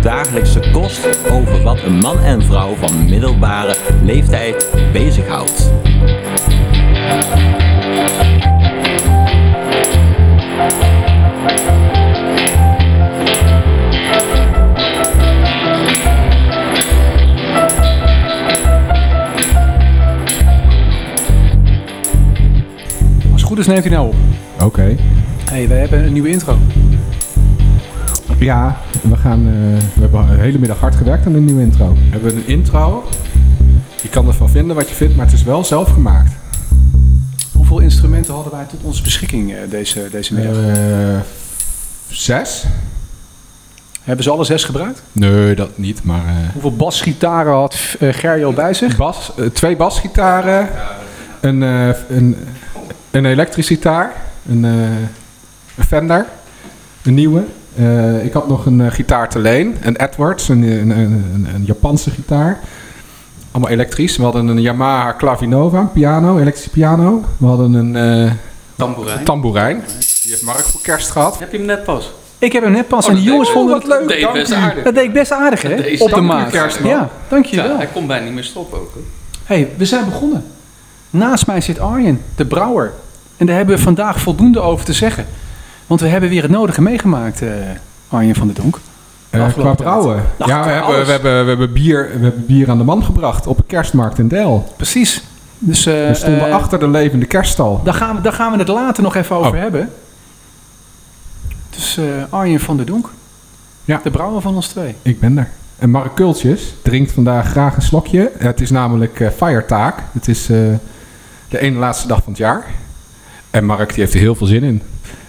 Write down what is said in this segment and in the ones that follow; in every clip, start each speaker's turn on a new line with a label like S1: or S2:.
S1: dagelijkse kost over wat een man en vrouw van middelbare leeftijd bezighoudt.
S2: Als het goed is, neemt hij nou op.
S3: Oké.
S2: hey, wij hebben een nieuwe intro.
S3: Ja, we, gaan, eh, we hebben de hele middag hard gewerkt aan een nieuwe intro.
S4: We hebben een intro. Je kan ervan vinden wat je vindt, maar het is wel zelf gemaakt.
S2: Hoeveel instrumenten hadden wij tot onze beschikking eh, deze, deze middag?
S4: Eh, zes?
S2: Hebben ze alle zes gebruikt?
S4: Nee, dat niet, maar... eh,
S2: Hoeveel basgitaren had eh, Gerjo bij zich?
S4: bas, eh, twee basgitaren, een, eh, een, een elektrische gitaar, een, eh, een Fender, een nieuwe. Eh, ik had nog een eh, gitaar te leen, een Edwards, een, een, een, een- een Japanse gitaar. Allemaal elektrisch. We hadden een Yamaha Clavinova, een piano, elektrische piano. We hadden een eh,
S5: Tamboerijn.
S4: tamboerijn. Die heeft Mark voor kerst gehad.
S5: Heb je hem net pas?
S2: Ik heb hem net pas
S5: Oh,
S2: en de
S5: dat
S2: jongens
S5: deed-
S2: vonden
S4: oh,
S2: het
S4: wat
S2: leuk.
S4: leuk.
S5: Deed
S4: dank
S5: best
S4: u.
S5: aardig.
S2: Dat deed ik best aardig,
S5: Dat
S2: hè?
S5: deed-
S2: Op de
S4: dank u,
S2: maat.
S4: kerstman.
S2: Ja, dankjewel.
S5: Ja, hij kon bijna niet meer stoppen ook. hè.
S2: hey, we zijn begonnen. Naast mij zit Arjen, de brouwer. En daar hebben we vandaag voldoende over te zeggen. Want we hebben weer het nodige meegemaakt, eh, Arjen van der Donk.
S4: Eh, qua
S2: Afgelopen
S4: brouwen.
S2: Nou,
S4: ja, we
S2: qua
S4: hebben,
S2: alles.
S4: we, hebben, we, hebben bier, we hebben bier aan de man gebracht op een kerstmarkt in Del.
S2: Precies. Dus, eh,
S4: We stonden
S2: eh,
S4: achter de levende kerststal.
S2: Daar gaan, we, daar gaan we het later nog even over
S4: Oh.
S2: hebben. Dus eh, Arjen van der Donk.
S4: Ja.
S2: De brouwer van ons twee.
S4: Ik ben er. En Mark Kultjes drinkt vandaag graag een slokje. Het is namelijk eh firetaak. Het is eh, de ene laatste dag van het jaar. En Mark die heeft er heel veel zin in.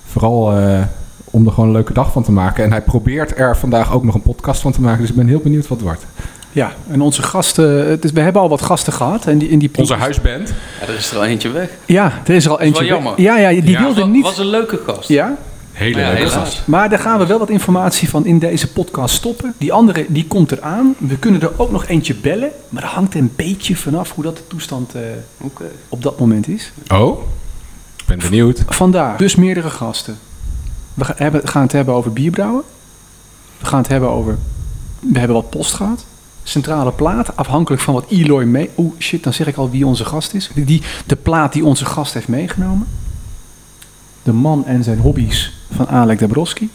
S4: Vooral eh, om er gewoon een leuke dag van te maken. En hij probeert er vandaag ook nog een podcast van te maken. Dus ik ben heel benieuwd wat het wordt.
S2: Ja, en onze gasten. Het is, we hebben al wat gasten gehad. En die, in die
S4: Onze huisband.
S5: Ja, er is er al eentje weg.
S2: Ja, er is er al eentje.
S5: wel jammer.
S2: weg. Ja, ja, die
S4: Ja,
S2: wilde
S5: was,
S2: niet.
S5: was een leuke gast.
S2: Ja,
S4: Hele
S5: Maar ja,
S4: leuke
S5: helaas.
S4: gast.
S2: maar daar gaan we wel wat informatie van in deze podcast stoppen. Die andere, die komt eraan. We kunnen er ook nog eentje bellen. Maar dat hangt een beetje vanaf hoe dat de toestand eh,
S5: Oké.
S2: op dat moment is.
S4: Oh, ik ben benieuwd.
S2: Vandaag dus meerdere gasten. We ga- hebben- gaan het hebben over bierbrouwen. We gaan het hebben over... We hebben wat post gehad. Centrale plaat, afhankelijk van wat Eloy mee... Oeh, shit, dan zeg ik al wie onze gast is. Die, de plaat die onze gast heeft meegenomen. De man en zijn hobby's van Alek Dabrowski.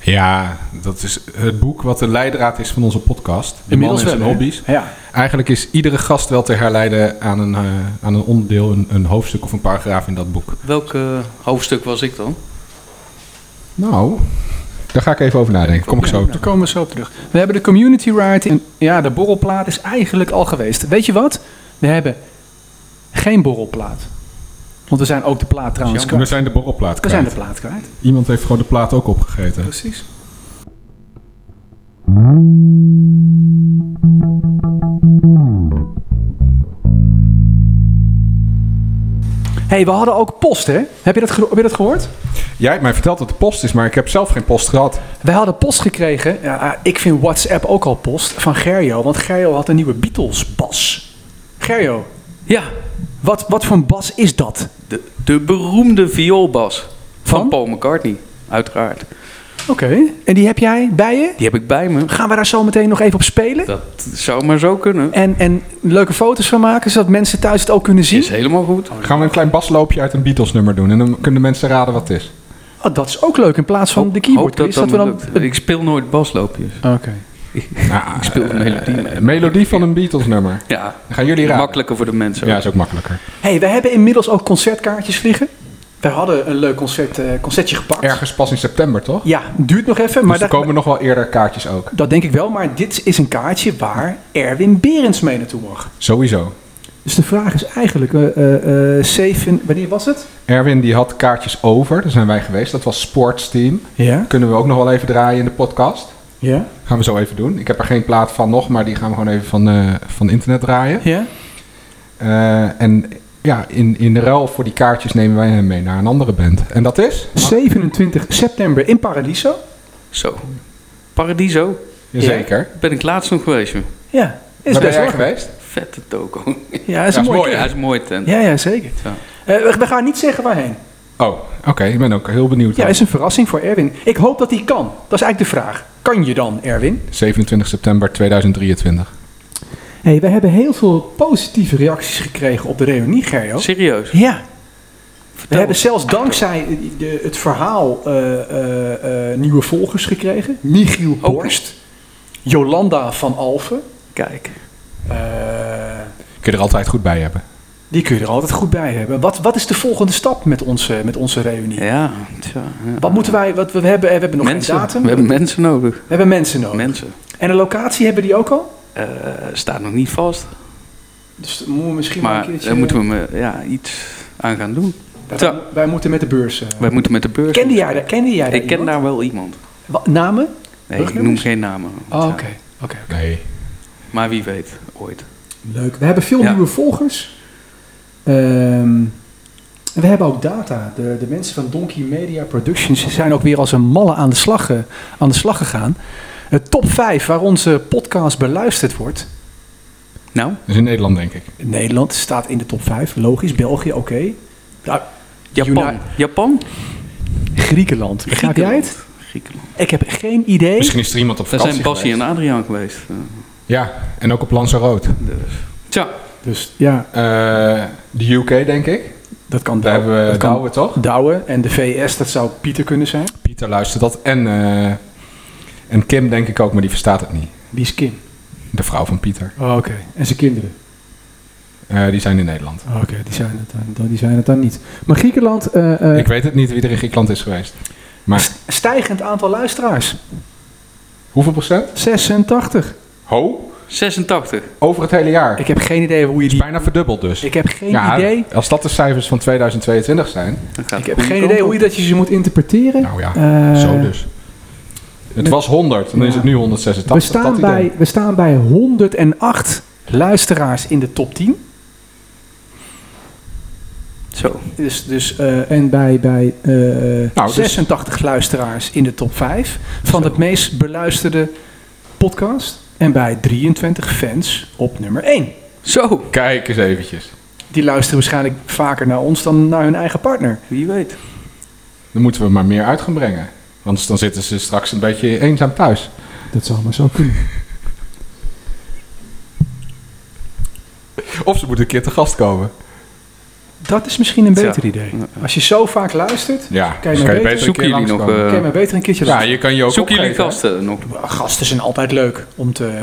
S4: Ja, dat is het boek wat de leidraad is van onze podcast. De
S2: Inmiddels
S4: man en
S2: wel,
S4: zijn
S2: hè?
S4: hobby's.
S2: Ja,
S4: Eigenlijk is iedere gast wel te herleiden aan een, eh, aan een onderdeel, een, een hoofdstuk of een paragraaf in dat boek.
S5: Welk eh, hoofdstuk was ik dan?
S4: Nou, daar ga ik even over nadenken. Kom ik zo.
S2: Ja, daar komen we zo op terug. We hebben de community ride. En ja, de borrelplaat is eigenlijk al geweest. Weet je wat? We hebben geen borrelplaat. Want we zijn ook de plaat trouwens
S4: We
S2: kwijt.
S4: zijn de borrelplaat
S2: We zijn
S4: kwijt.
S2: de plaat kwijt.
S4: Iemand heeft gewoon de plaat ook opgegeten.
S2: Precies. hey, we hadden ook post, hè? Heb je dat, gero- heb je dat gehoord?
S4: Jij hebt mij verteld dat de post is, maar ik heb zelf geen post gehad.
S2: Wij hadden post gekregen. Ja, ah, ik vind WhatsApp ook al post van Gerjo. Want Gerjo had een nieuwe Beatles-bas. Gerjo,
S5: Ja,
S2: wat, wat voor een bas is dat?
S5: de, de beroemde vioolbas van,
S2: Van?
S5: Paul McCartney. Uiteraard.
S2: Oké. En die heb jij bij je?
S5: Die heb ik bij me.
S2: Gaan we daar zo meteen nog even op spelen?
S5: Dat zou maar zo kunnen.
S2: En, en leuke foto's van maken, zodat mensen thuis het ook kunnen zien?
S5: Is helemaal goed.
S4: Gaan we een klein basloopje uit een Beatles nummer doen en dan kunnen mensen raden wat het is.
S2: Oh, dat is ook leuk, in plaats van de keyboard.
S5: Hoop dat
S2: quiz, dat
S5: dat
S2: we
S5: me
S2: dan...
S5: lukt. Ik speel nooit basloopjes.
S2: Oké.
S4: Nou,
S5: Ik speel de melodie mee.
S4: eh, melodie van een Beatles nummer.
S5: Ja,
S4: Dan gaan jullie raden.
S5: makkelijker voor de mensen.
S4: Ja, is ook makkelijker.
S2: hey, we hebben inmiddels ook concertkaartjes liggen. We hadden een leuk concert, eh, concertje gepakt.
S4: Ergens pas in september, toch?
S2: Ja, duurt nog even, maar
S4: dus er
S2: dat,
S4: komen nog wel eerder kaartjes ook.
S2: dat denk ik wel. Maar dit is een kaartje waar Erwin Berends mee naartoe mag.
S4: Sowieso.
S2: Dus de vraag is eigenlijk, eh, eh, eh, zeven, wanneer was het?
S4: Erwin die had kaartjes over, daar zijn wij geweest. Dat was Sportsteam.
S2: Ja.
S4: Kunnen we ook nog wel even draaien in de podcast.
S2: Ja?
S4: Gaan we zo even doen. Ik heb er geen plaat van nog, maar die gaan we gewoon even van, eh, van internet draaien.
S2: Ja?
S4: Eh, en ja, in, in de ruil voor die kaartjes nemen wij hem mee naar een andere band. En dat is?
S2: 27 september in Paradiso.
S5: Zo. Paradiso.
S4: Jazeker.
S5: Ben ik laatst nog geweest. joh.
S2: Ja, is
S4: Waar ben
S2: best
S4: jij
S2: wel.
S4: geweest?
S5: Vette toko.
S2: Ja, is
S4: Ja,
S2: een
S4: is
S2: mooi.
S4: mooi,
S5: Ja,
S2: kerk.
S5: is een mooie tent.
S2: Ja, ja, zeker.
S5: Ja.
S2: Eh, we- we gaan niet zeggen waarheen.
S4: Oh, oké. Ik ben ook heel benieuwd.
S2: Ja, is een verrassing voor Erwin. Ik hoop dat hij kan. Dat is eigenlijk de vraag. Kan je dan, Erwin?
S4: 27 september 2023.
S2: hey, we hebben heel veel positieve reacties gekregen op de reunie, Gerjo.
S5: Serieus.
S2: Ja. We hebben zelfs dankzij de, het verhaal eh, eh, eh, nieuwe volgers gekregen. Michiel
S5: Oké.
S2: Borst. Jolanda van Alphen.
S5: Kijk.
S2: Eh,
S4: Kun je er altijd goed bij hebben.
S2: die kun je er altijd goed bij hebben. Wat, wat is de volgende stap met onze, met onze reunie?
S5: Ja, tja. ja.
S2: Wat moeten wij... Wat we, hebben, we hebben nog
S5: mensen.
S2: geen datum. Oh.
S5: We hebben mensen nodig.
S2: We hebben mensen nodig.
S5: Mensen.
S2: En een locatie hebben die ook al?
S5: Eh, staat nog niet vast.
S2: Dus dan moeten we misschien wel een
S5: Maar
S2: keertje...
S5: daar moeten we eh, ja, iets aan gaan doen.
S2: Wij-
S5: Zo.
S2: Wij moeten met de beurs... eh,
S5: Wij moeten met de beurs.
S2: Kende jij, daar- kende jij daar
S5: Ik ken
S2: iemand?
S5: daar wel iemand.
S2: Wat, namen?
S5: Nee, ik noem
S2: Rugnummers?
S5: geen namen.
S2: Oh,
S5: Ja.
S2: oké. oké.
S4: Nee.
S5: Maar wie weet, ooit.
S2: Leuk. We hebben veel
S5: Ja.
S2: nieuwe volgers. Ehm, en we hebben ook data. De, de mensen van Donkey Media Productions zijn ook weer als een malle aan de slag, eh, aan de slag gegaan. Het top 5 waar onze podcast beluisterd wordt.
S5: Nou,
S4: Dus in Nederland, denk ik.
S2: Nederland staat in de top 5, logisch. België, oké. Nou,
S5: Japan.
S2: Uni-
S5: Japan?
S2: Griekenland. Begrijp jij het?
S5: Griekenland.
S2: Ik heb geen idee.
S4: Misschien is er iemand op
S5: Daar
S4: vakantie
S5: zijn Bassie en
S4: geweest.
S5: Adriaan geweest. eh,
S4: Ja, en ook op Lanzarote.
S5: dus. Tja,
S2: Dus ja,
S4: Eh, de UK, denk ik.
S2: dat kan
S4: Daar
S2: Douwe.
S4: hebben we
S2: dat kan
S4: Douwe, toch?
S2: Douwe. En de VS, dat zou Pieter kunnen zijn.
S4: Pieter luistert dat. En, eh, en Kim, denk ik ook, maar die verstaat het niet.
S2: Wie is Kim?
S4: De vrouw van Pieter.
S2: Oh, oké. En zijn kinderen?
S4: Eh, die zijn in Nederland.
S2: Oh, Oké, die, zijn het dan- dan- die zijn het dan niet. Maar Griekenland, eh, eh,
S4: Ik weet het niet wie er in Griekenland is geweest. Maar
S2: st- stijgend aantal luisteraars.
S4: hoeveel procent?
S2: 86.
S4: Ho?
S5: 86.
S4: Over het hele jaar.
S2: Ik heb geen idee hoe je
S4: is
S2: die...
S4: bijna verdubbeld dus.
S2: Ik heb geen
S4: ja,
S2: idee.
S4: als dat de cijfers van 2022 zijn.
S5: Dan gaat
S2: Ik
S5: het
S2: heb
S5: goede
S2: geen
S5: kant
S2: idee
S5: op.
S2: hoe je dat je ze moet interpreteren.
S4: Nou ja,
S2: Eh,
S4: zo dus. Het
S2: met-
S4: was 100, dan is
S2: Ja.
S4: het nu 186.
S2: we, staan
S4: dat idee.
S2: bij, we staan bij 108 luisteraars in de top 10.
S5: Zo.
S2: Dus, dus, eh, en bij, bij eh,
S4: dus-
S2: 86 luisteraars in de top 5 van
S4: Zo.
S2: het meest beluisterde podcast. En bij 23 fans op nummer 1.
S5: Zo,
S4: Kijk eens eventjes.
S2: Die luisteren waarschijnlijk vaker naar ons dan naar hun eigen partner.
S5: wie weet.
S4: Dan moeten we maar meer uit gaan brengen. Want dan zitten ze straks een beetje eenzaam thuis.
S2: Dat zou maar zo kunnen.
S4: Of ze moeten een keer te gast komen.
S2: Dat is misschien een
S5: Tja.
S2: beter idee. Als je zo vaak luistert,
S4: Ja,
S2: Kan je maar
S4: dus kan je
S2: weten-
S4: beter een
S5: Zoeken
S4: keer
S5: jullie nog...
S4: langskomen.
S5: eh,
S2: kan je maar beter een keertje
S4: ja,
S2: luisteren. Ah,
S4: je kan je ook
S5: zoeken jullie
S4: opgeven, hè?
S5: gasten nog?
S2: Gasten zijn altijd leuk om te, eh,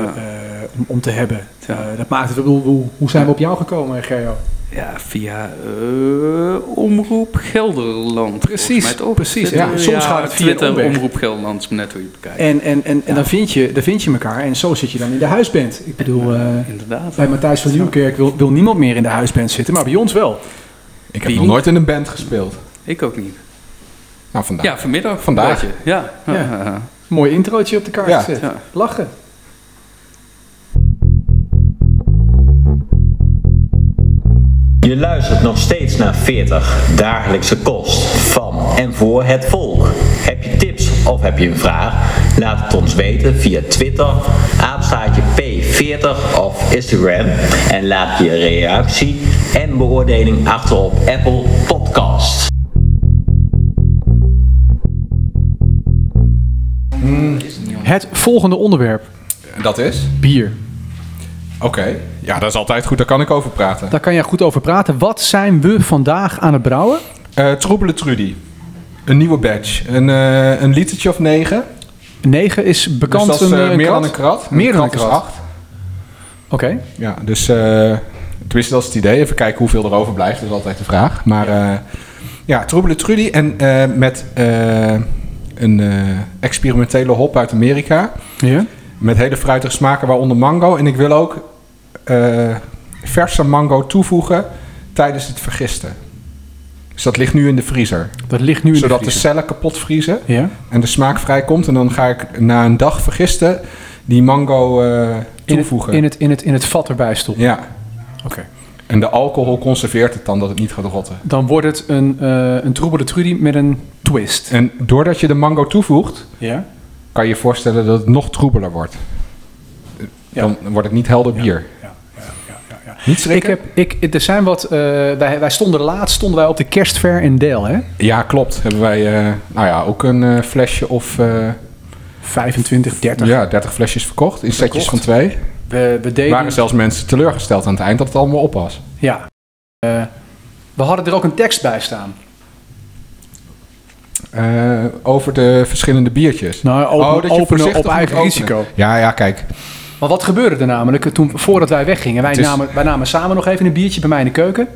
S2: om, om te hebben.
S5: Ja.
S2: Eh, dat maakt het. ik bedoel, Hoe, hoe zijn we op jou gekomen, eh, Gerjo?
S5: Ja, via eh, Omroep Gelderland.
S2: Precies,
S5: volgens mij toch?
S2: precies,
S5: Twitter,
S2: ja. Soms gaat het via een
S5: Twitter,
S2: omweg.
S5: Omroep Gelderland, is maar net hoe je het bekijkt.
S2: En, en, en, en dan, vind je, dan vind je elkaar en zo zit je dan in de huisband. Ik bedoel, eh,
S5: Inderdaad.
S2: bij Matthijs van Nieuwkerk wil, wil niemand meer in de huisband zitten, maar bij ons wel.
S4: Ik heb
S5: Wie
S4: nog
S5: niet?
S4: nooit in een band gespeeld.
S5: Ik ook niet.
S4: Nou, vandaag.
S5: Ja, vanmiddag.
S4: Vandaag.
S5: weet je. Ja.
S2: Ja.
S5: Ja.
S2: Mooi introotje op de kaart
S4: Ja.
S2: gezet.
S5: Ja.
S2: Lachen.
S1: Je luistert nog steeds naar 40 dagelijkse kost van en voor het volk. Heb je tips of heb je een vraag? Laat het ons weten via Twitter, apenstaartje P40 of Instagram. En laat je reactie en beoordeling achter op Apple Podcast.
S2: Het volgende onderwerp:
S4: En dat is?
S2: bier.
S4: Oké. Ja, dat is altijd goed. Daar kan ik over praten.
S2: Daar kan jij goed over praten. Wat zijn we vandaag aan het brouwen?
S4: Eh Troebele Trudy. Een nieuwe badge. Een, eh, een litertje of negen.
S2: 9 is bekend
S4: dus dat is
S2: een,
S4: eh,
S2: eh, een
S4: meer
S2: krat.
S4: dan een krat.
S2: Meer dan een
S4: is
S2: krat.
S4: acht.
S2: Oké.
S4: Ja, dus eh tenminste dat is het idee. Even kijken hoeveel er overblijft. Dat is altijd de vraag. Maar eh, ja, Troebele Trudy. En eh, met eh, een eh, experimentele hop uit Amerika.
S2: Ja.
S4: Met hele fruitige smaken, waaronder mango. En ik wil ook eh, verse mango toevoegen tijdens het vergisten. Dus dat ligt nu in de vriezer.
S2: Dat ligt nu in
S4: zodat
S2: de
S4: de
S2: vriezer.
S4: cellen kapot vriezen
S2: Ja.
S4: en de smaak vrijkomt. En dan ga ik na een dag vergisten die mango eh,
S2: In het,
S4: toevoegen.
S2: in, het, in, het, in het vat erbij stopt.
S4: Ja,
S2: Oké.
S4: en de alcohol conserveert het dan dat het niet gaat rotten.
S2: Dan wordt het een, eh een troebele trudy met een twist.
S4: En doordat je de mango toevoegt,
S2: Ja.
S4: kan je je voorstellen dat het nog troebeler wordt.
S2: Ja.
S4: Dan wordt het niet helder bier.
S2: Ja, ja, ja, ja, ja.
S4: Niet
S2: Ik
S4: schrikken?
S2: heb, ik, er zijn wat, eh, wij, wij stonden laatst stonden wij op de kerstver in Del, hè?
S4: Ja, klopt. Hebben wij eh, nou ja, ook een eh, flesje of eh,
S2: 25, 30.
S4: ja, 30 flesjes verkocht in setjes van twee.
S2: We, we
S4: Er
S2: deden...
S4: waren zelfs mensen teleurgesteld aan het eind dat het allemaal op was.
S2: Ja. Eh, we hadden er ook een tekst bij staan.
S4: Eh, over de verschillende biertjes.
S2: Nou, open-
S4: Oh, dat je
S2: openen
S4: voorzichtig
S2: op eigen
S4: moet openen.
S2: risico.
S4: Ja, ja, kijk.
S2: Maar wat gebeurde er namelijk toen, voordat wij weggingen? Wij,
S4: Het is-
S2: namen, wij namen samen nog even een biertje bij mij in de keuken.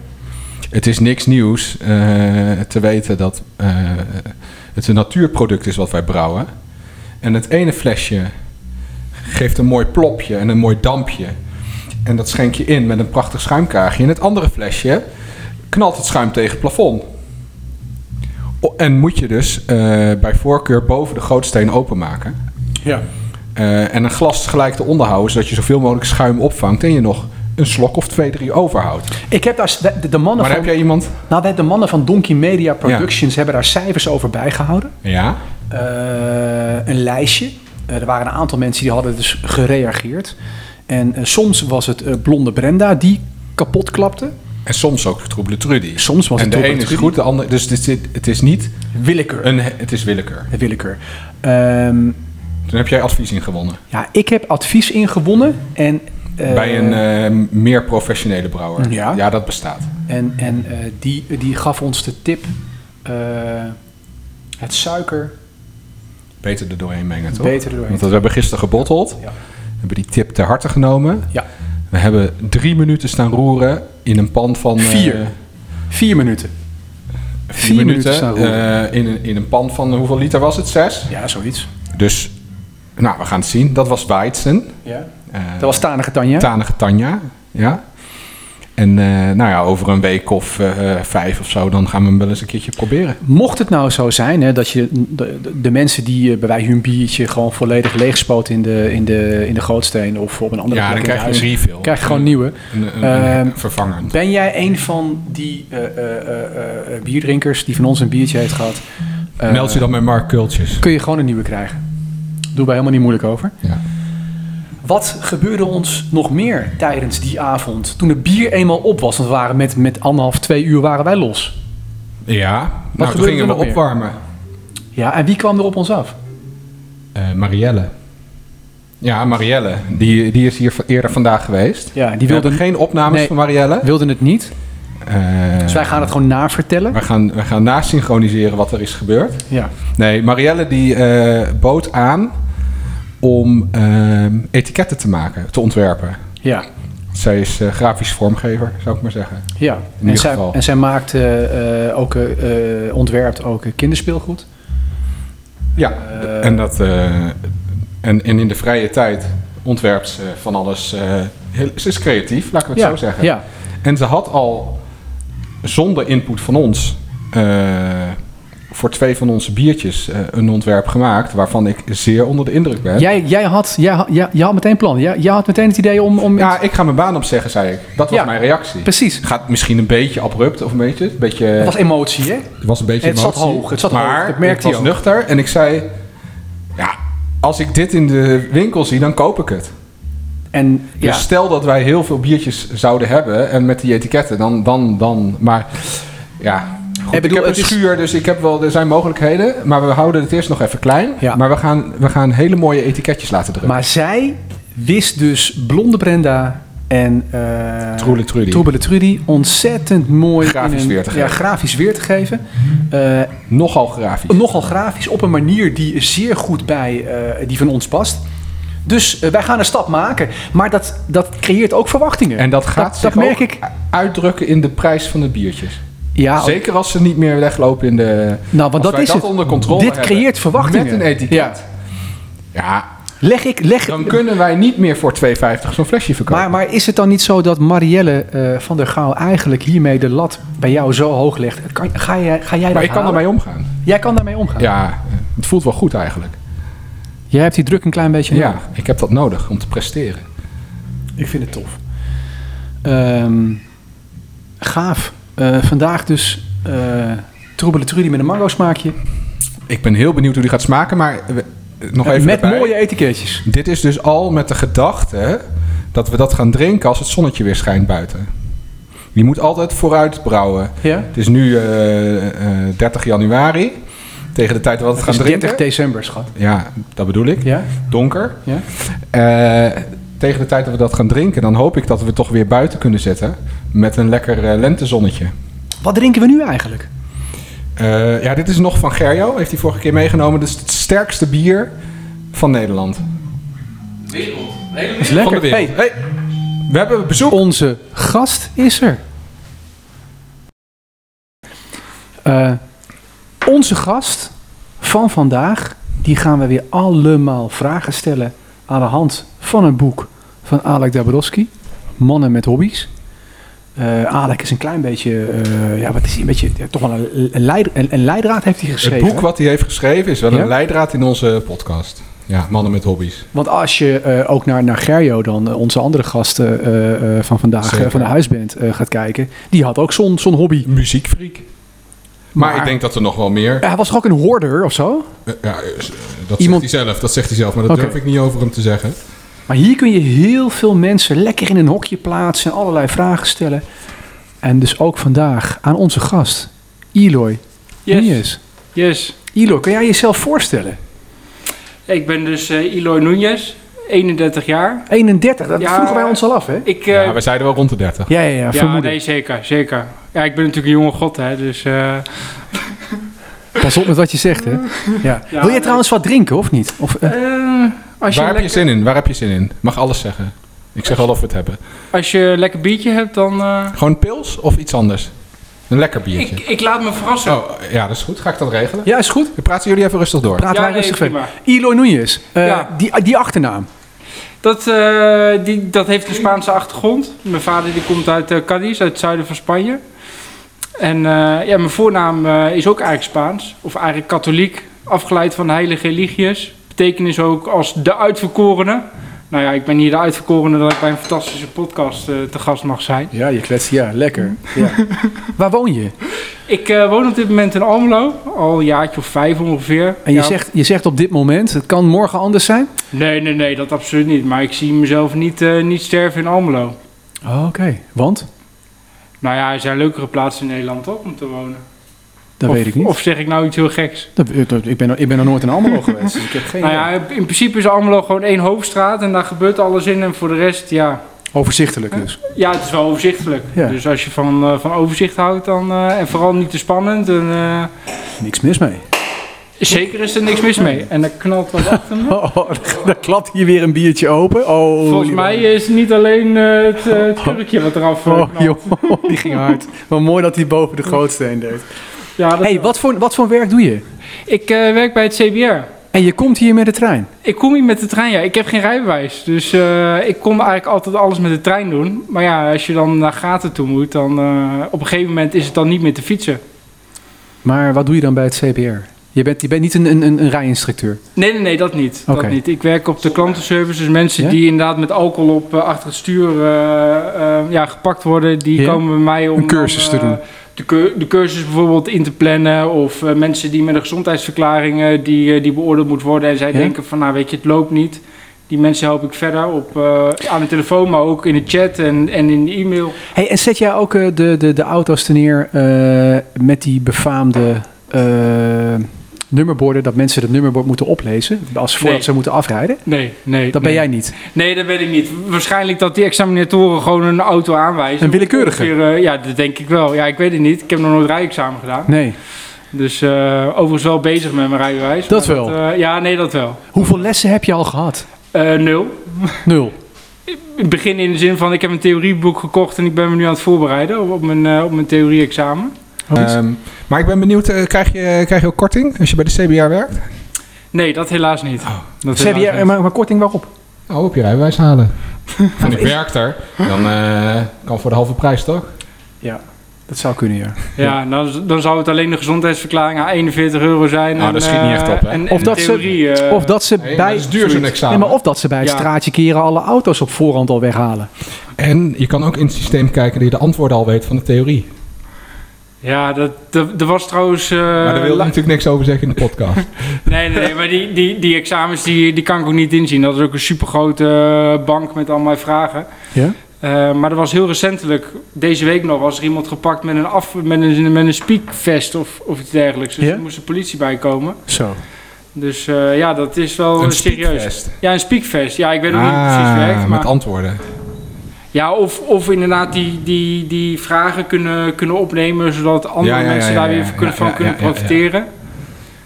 S4: Het is niks nieuws eh, te weten dat eh, het een natuurproduct is wat wij brouwen. En het ene flesje geeft een mooi plopje en een mooi dampje. En dat schenk je in met een prachtig schuimkraagje. En het andere flesje knalt het schuim tegen het plafond. O- En moet je dus eh, bij voorkeur boven de gootsteen openmaken.
S2: Ja.
S4: Eh, en een glas gelijk te onderhouden, zodat je zoveel mogelijk schuim opvangt en je nog een slok of twee, drie overhoudt.
S2: Ik heb daar, s- de, de mannen
S4: Maar
S2: van,
S4: heb jij iemand?
S2: nou, de mannen van Donkey Media Productions hebben daar cijfers over bijgehouden.
S4: Ja.
S2: eh, een lijstje. Eh, er waren een aantal mensen die hadden dus gereageerd. En eh, soms was het eh, blonde Brenda die kapot klapte.
S4: En soms ook troebele Trudy.
S2: Soms was
S4: en
S2: het
S4: de
S2: troebele
S4: ene is
S2: Trudy.
S4: goed, de andere... Dus dit, dit- het is niet...
S2: Willekeur.
S4: Een, het is willekeur.
S2: Willekeur. Ehm,
S4: Toen heb jij advies ingewonnen.
S2: ja, ik heb advies ingewonnen. En, eh,
S4: Bij een eh, meer professionele brouwer.
S2: Ja.
S4: dat bestaat.
S2: En, en eh, die, die gaf ons de tip: eh, het suiker
S4: Beter er doorheen mengen, toch?
S2: beter er doorheen.
S4: Want we hebben gisteren gebotteld.
S2: Ja.
S4: Hebben die tip ter harte genomen.
S2: Ja.
S4: We hebben drie minuten staan roeren in een pan van... eh,
S2: Vier. Vier minuten.
S4: vier minuten. eh, in, een, in een pan van eh, hoeveel liter was het? Zes?
S2: ja, zoiets.
S4: Dus, nou, we gaan het zien. Dat was Weizen.
S2: Ja.
S4: Eh,
S2: Dat was Tanige Tanja.
S4: Tanige Tanja. Ja. En eh, nou ja, over een week of eh, eh, vijf of zo, dan gaan we hem wel eens een keertje proberen.
S2: Mocht het nou zo zijn hè, dat je de, de- de mensen die eh, bij wij hun biertje gewoon volledig leegspoten in de, in, de, in de gootsteen of op een andere
S4: Ja,
S2: plek
S4: dan
S2: in
S4: krijg je
S2: huis,
S4: een refill.
S2: krijg je gewoon nieuwe.
S4: Een, een- een
S2: Ehm,
S4: vervanger.
S2: Ben jij een van die eh, eh, eh, eh, bierdrinkers die van ons een biertje heeft gehad? Eh,
S4: Meld je dan met Mark Kultjes.
S2: Kun je gewoon een nieuwe krijgen. Doe wij helemaal niet moeilijk over.
S4: Ja.
S2: Wat gebeurde ons nog meer tijdens die avond? Toen het bier eenmaal op was, want we waren met, met anderhalf, twee uur waren wij los.
S4: Ja,
S2: gebeurt
S4: nou,
S2: er
S4: toen gingen we
S2: nog meer?
S4: opwarmen.
S2: Ja, en wie kwam er op ons af?
S4: Eh, Marielle. Ja, Marielle. Die, die is hier v- eerder vandaag geweest.
S2: Ja, die
S4: We
S2: wilden,
S4: hebben geen opnames
S2: Nee.
S4: van Marielle.
S2: wilden het niet.
S4: Eh,
S2: Dus wij gaan het gewoon navertellen.
S4: we gaan, we gaan nasynchroniseren wat er is gebeurd.
S2: Ja.
S4: Nee, Marielle die eh, bood aan om ehm, etiketten te maken, te ontwerpen.
S2: Ja,
S4: Zij is eh, grafisch vormgever, zou ik maar zeggen.
S2: ja.
S4: ieder
S2: en, zij,
S4: geval.
S2: en zij maakt eh, eh, ook, eh, eh, ontwerpt ook eh, kinderspeelgoed.
S4: Ja,
S2: Eh.
S4: en, dat, eh, en, en in de vrije tijd ontwerpt ze van alles. eh, heel, ze is creatief, laten we het
S2: ja.
S4: zo zeggen.
S2: Ja,
S4: En ze had al zonder input van ons eh, voor twee van onze biertjes eh, een ontwerp gemaakt... waarvan ik zeer onder de indruk ben.
S2: Jij, jij, had, jij, had- jij, jij had meteen plan. Jij, jij had meteen het idee om... om
S4: Ja, ik ga mijn baan opzeggen, zei ik. Dat was
S2: Ja,
S4: mijn reactie.
S2: Precies.
S4: Het gaat misschien een beetje abrupt of een beetje. Een beetje
S2: Het was emotie, hè?
S4: het was een beetje
S2: het zat hoog, het zat
S4: maar
S2: hoog, dat merkte
S4: ik was
S2: hij ook.
S4: nuchter en ik zei... Ja, als ik dit in de winkel zie, dan koop ik het.
S2: En ja,
S4: Dus stel dat wij heel veel biertjes zouden hebben en met die etiketten, dan... dan, dan maar ja... Goed,
S2: Ik bedoel,
S4: ik heb
S2: het
S4: een
S2: is-
S4: schuur, dus ik heb wel, er zijn mogelijkheden. Maar we houden het eerst nog even klein.
S2: Ja.
S4: Maar we gaan, we gaan hele mooie etiketjes laten drukken.
S2: maar zij wist dus Blonde Brenda en... eh
S4: Troele Trudy.
S2: Troebele Trudy ontzettend mooi
S4: Grafisch weer te
S2: ja,
S4: geven.
S2: grafisch weer te geven. Eh,
S4: Nogal grafisch.
S2: nogal grafisch, op een manier die zeer goed bij eh, die van ons past. Dus eh, wij gaan een stap maken, maar dat, dat creëert ook verwachtingen.
S4: En dat gaat
S2: dat,
S4: zich
S2: dat merk
S4: ook
S2: ik.
S4: uitdrukken in de prijs van de biertjes.
S2: Ja, oh,
S4: Zeker als ze niet meer weglopen in de...
S2: nou,
S4: als
S2: want dat
S4: wij
S2: is
S4: dat
S2: het.
S4: onder controle
S2: Dit
S4: hebben.
S2: creëert verwachtingen.
S4: Met een etiket.
S2: Ja.
S4: Ja,
S2: Leg ik, leg
S4: dan kunnen wij niet meer voor 2,50 zo'n flesje verkopen.
S2: Maar, maar is het dan niet zo dat Marielle eh, van der Gaal eigenlijk hiermee de lat bij jou zo hoog legt? Kan, ga, jij, ga jij
S4: Maar
S2: dat
S4: ik kan
S2: halen?
S4: daarmee omgaan.
S2: Jij kan daarmee omgaan.
S4: Ja, het voelt wel goed eigenlijk.
S2: Jij hebt die druk een klein beetje
S4: Ja,
S2: nodig.
S4: ik heb dat nodig om te presteren.
S2: Ik vind het tof. Ehm, gaaf. Eh, vandaag dus eh troebele trudy met een mango smaakje.
S4: Ik ben heel benieuwd hoe die gaat smaken, maar we- nog even
S2: Eh, met
S4: erbij.
S2: mooie etiketjes.
S4: Dit is dus al met de gedachte dat we dat gaan drinken als het zonnetje weer schijnt buiten. Je moet altijd vooruit brouwen.
S2: Ja?
S4: Het is nu eh, eh, 30 januari. Tegen de tijd dat we het
S2: Het is
S4: gaan
S2: 30
S4: drinken.
S2: december, schat.
S4: Ja, dat bedoel ik.
S2: Ja?
S4: Donker.
S2: Ja?
S4: Eh, tegen de tijd dat we dat gaan drinken, dan hoop ik dat we het toch weer buiten kunnen zetten. Met een lekker eh, lentezonnetje.
S2: Wat drinken we nu eigenlijk?
S4: Eh, ja, dit is nog van Gerjo. Heeft hij vorige keer meegenomen. Dit is het sterkste bier van Nederland.
S2: is
S4: Van de
S2: lekker.
S4: wereld.
S2: Hey,
S4: Hey, we hebben bezoek.
S2: onze gast is er. Eh, onze gast van vandaag, die gaan we weer allemaal vragen stellen aan de hand van een boek van Alek Dabrowski, Mannen met hobby's. Eh Alek is een klein beetje, eh, ja, wat is hij, een beetje, ja, toch wel een, een, leider- een, een leidraad heeft hij geschreven.
S4: Het boek wat hij heeft geschreven is wel
S2: Ja?
S4: een leidraad in onze podcast. Ja, mannen met hobby's.
S2: Want als je eh, ook naar, naar Gerjo, dan eh, onze andere gasten eh, eh, van vandaag,
S4: Zeker.
S2: eh, van de huisband, eh, gaat kijken, die had ook zo'n zo'n hobby.
S4: Muziekfreak. Maar,
S2: Maar-
S4: ik denk dat er nog wel meer...
S2: Hij was toch ook een hoorder of zo?
S4: Eh, ja, eh, dat
S2: Iemand-
S4: zegt hij zelf. Dat zegt hij zelf, maar dat
S2: Oké.
S4: durf ik niet over hem te zeggen.
S2: Maar hier kun je heel veel mensen lekker in een hokje plaatsen en allerlei vragen stellen. En dus ook vandaag aan onze gast, Eloy.
S6: Yes.
S2: Nunez.
S6: yes.
S2: Eloy, kan jij jezelf voorstellen?
S6: Ik ben dus eh Eloy Núñez, 31 jaar.
S2: 31, dat
S6: Ja.
S2: vroegen wij ons al af, hè?
S6: Ik, eh,
S4: Ja, we zeiden wel rond de 30.
S2: Ja, ja, ja,
S6: ja,
S2: vermoeden.
S6: nee, zeker, zeker. Ja, ik ben natuurlijk een jonge god, hè, dus... eh,
S2: Pas op met wat je zegt, hè? Ja. Wil je
S6: nee.
S2: trouwens wat drinken, of niet? Of, eh,
S6: eh, als, je
S4: Waar heb je
S6: lekker,
S4: zin in? Waar heb je zin in? Mag alles zeggen. Ik zeg wel of we het hebben.
S6: als je een lekker biertje hebt, dan... eh,
S4: Gewoon pils of iets anders? Een lekker biertje.
S6: ik, ik laat me verrassen.
S4: Oh, ja, dat is goed. Ga ik dat regelen?
S2: ja, is goed.
S4: We praten jullie even rustig door.
S2: Praten
S6: Ja,
S2: wij
S6: nee,
S2: rustig verder.
S6: prima.
S2: Eloy Nunez, eh,
S6: Ja.
S2: die, die achternaam.
S6: Dat, eh, die, dat heeft een Spaanse achtergrond. Mijn vader die komt uit eh, Cadiz, uit het zuiden van Spanje. En eh, ja, mijn voornaam eh, is ook eigenlijk Spaans. Of eigenlijk katholiek, afgeleid van de heilige religies. Betekenis ook als de uitverkorene. Nou ja, ik ben hier de uitverkorene dat ik bij een fantastische podcast eh, te gast mag zijn.
S2: Ja, je kletst, ja, lekker. Waar woon je?
S6: Ik eh, woon op dit moment in Almelo, al een jaartje of vijf ongeveer.
S2: En je,
S6: Ja.
S2: zegt, je zegt op dit moment, het kan morgen anders zijn?
S6: Nee, nee, nee, dat absoluut niet. Maar ik zie mezelf niet, eh, niet sterven in Almelo.
S2: Oh, Oké, want?
S6: Nou ja, er zijn leukere plaatsen in Nederland toch om te wonen.
S2: Dat
S6: of,
S2: weet ik niet.
S6: Of zeg ik nou iets heel geks?
S2: Dat- eh, dat- ik, ben, ik ben nog nooit in Almelo geweest, dus ik heb geen
S6: nou
S2: idee.
S6: ja, in principe is Almelo gewoon één hoofdstraat en daar gebeurt alles in. En voor de rest, ja,
S2: Overzichtelijk dus.
S6: ja het is wel overzichtelijk.
S2: Ja.
S6: Dus als je van, eh, van overzicht houdt dan, eh, en vooral niet te spannend, dan, eh,
S2: Niks mis mee.
S6: zeker is er niks mis mee. En dan knalt wat achter me.
S2: Oh, oh, dan klapt hier weer een biertje open. Oh,
S6: Volgens mij is het niet alleen eh, het, eh, het kurkje wat eraf eh,
S2: Oh,
S6: knalt.
S2: joh, die ging hard. Maar mooi dat hij boven de grootsteen deed.
S6: Ja, dat
S2: hey,
S6: wel.
S2: wat voor, wat voor werk doe je?
S6: Ik eh, werk bij het CBR.
S2: En je komt hier met de trein.
S6: Ik kom hier met de trein, ja. Ik heb geen rijbewijs. Dus eh, ik kon eigenlijk altijd alles met de trein doen. Maar ja, als je dan naar gaten toe moet, dan eh, op een gegeven moment is het dan niet meer te fietsen.
S2: Maar wat doe je dan bij het CPR? Je bent, je bent niet een, een, een een rijinstructeur.
S6: Nee, nee, nee, dat niet.
S2: Oké.
S6: Dat niet. Ik werk op de klantenservice. Dus mensen
S2: Ja?
S6: die inderdaad met alcohol op eh, achter het stuur eh, eh, ja, gepakt worden, die
S2: Ja?
S6: komen bij mij om...
S2: Een cursus
S6: dan,
S2: te
S6: eh,
S2: doen.
S6: De, cur- de cursus bijvoorbeeld in te plannen. Of eh, mensen die met een gezondheidsverklaring eh, die, eh, die beoordeeld moet worden. En zij
S2: Ja?
S6: denken van, nou weet je, het loopt niet. Die mensen help ik verder op, eh, aan de telefoon, maar ook in de chat en, en in de e-mail.
S2: Hey, en zet jij ook eh, de, de, de auto's te neer eh, met die befaamde eh, nummerborden, dat mensen het nummerbord moeten oplezen als voordat
S6: Nee.
S2: ze moeten afrijden?
S6: Nee, nee.
S2: Dat ben jij niet.
S6: Nee, dat weet ik niet. Waarschijnlijk dat die examinatoren gewoon een auto aanwijzen.
S2: Een willekeurige?
S6: Ongeveer, eh, ja, dat denk ik wel. Ja, ik weet het niet. Ik heb nog nooit rijexamen gedaan.
S2: Nee.
S6: Dus eh, overigens wel bezig met mijn rijbewijs.
S2: Dat
S6: maar
S2: wel.
S6: eh, ja, nee, dat wel.
S2: Hoeveel lessen heb je al gehad?
S6: Eh, nul.
S2: Nul.
S6: Ik begin in de zin van, ik heb een theorieboek gekocht en ik ben me nu aan het voorbereiden op, op mijn, eh, op mijn theorie-examen.
S4: Ehm, maar ik ben benieuwd, eh, krijg, je, krijg je ook korting als je bij de CBR werkt?
S6: Nee, dat helaas niet. Dat
S2: Ze hebben
S6: helaas
S2: je,
S6: niet.
S2: Oh. maar, maar korting waarop?
S4: Nou, op je rijbewijs halen. Van ik werk daar. Dan eh, kan voor de halve prijs toch?
S2: Ja, dat zou kunnen, ja.
S6: Ja, dan, dan zou het alleen de gezondheidsverklaring aan 41 euro zijn.
S4: Nou, dat
S6: en,
S4: schiet niet
S6: eh,
S4: echt op, hè?
S6: En, en
S2: Of dat
S6: de
S2: ze-
S6: theorie, eh,
S2: Of dat ze
S4: Nee, maar
S2: bij...
S4: dat is duur zo'n examen.
S2: Nee, maar of dat ze bij het
S6: Ja.
S2: straatje keren alle auto's op voorhand al weghalen.
S4: En je kan ook in het systeem kijken dat je de antwoorden al weet van de theorie.
S6: Ja, dat, dat, er was trouwens... eh,
S4: maar daar wil ik
S6: la-
S4: natuurlijk niks over zeggen in de podcast.
S6: nee, nee, nee, maar die, die, die examens die, die kan ik ook niet inzien. Dat is ook een supergrote eh, bank met al mijn vragen.
S2: Ja?
S6: Eh, maar er was heel recentelijk, deze week nog, was er iemand gepakt met een, af, met een, met een speakvest of, of iets dergelijks. Dus
S2: Ja?
S6: er moest de politie bij komen.
S2: Zo.
S6: Dus eh, ja, dat is wel
S4: Een
S6: serieus.
S4: speakfest.
S6: Ja, een speakfest. Ja, ik weet ook niet hoe het precies werkt. Maar...
S4: Ah, met antwoorden.
S6: Ja, of, of inderdaad die, die, die vragen kunnen, kunnen opnemen, zodat andere
S4: Ja, ja, ja,
S6: mensen
S4: ja,
S6: daar
S4: ja,
S6: weer
S4: ja,
S6: kunnen-
S4: ja,
S6: van
S4: ja,
S6: kunnen
S4: ja, ja, ja.
S6: profiteren.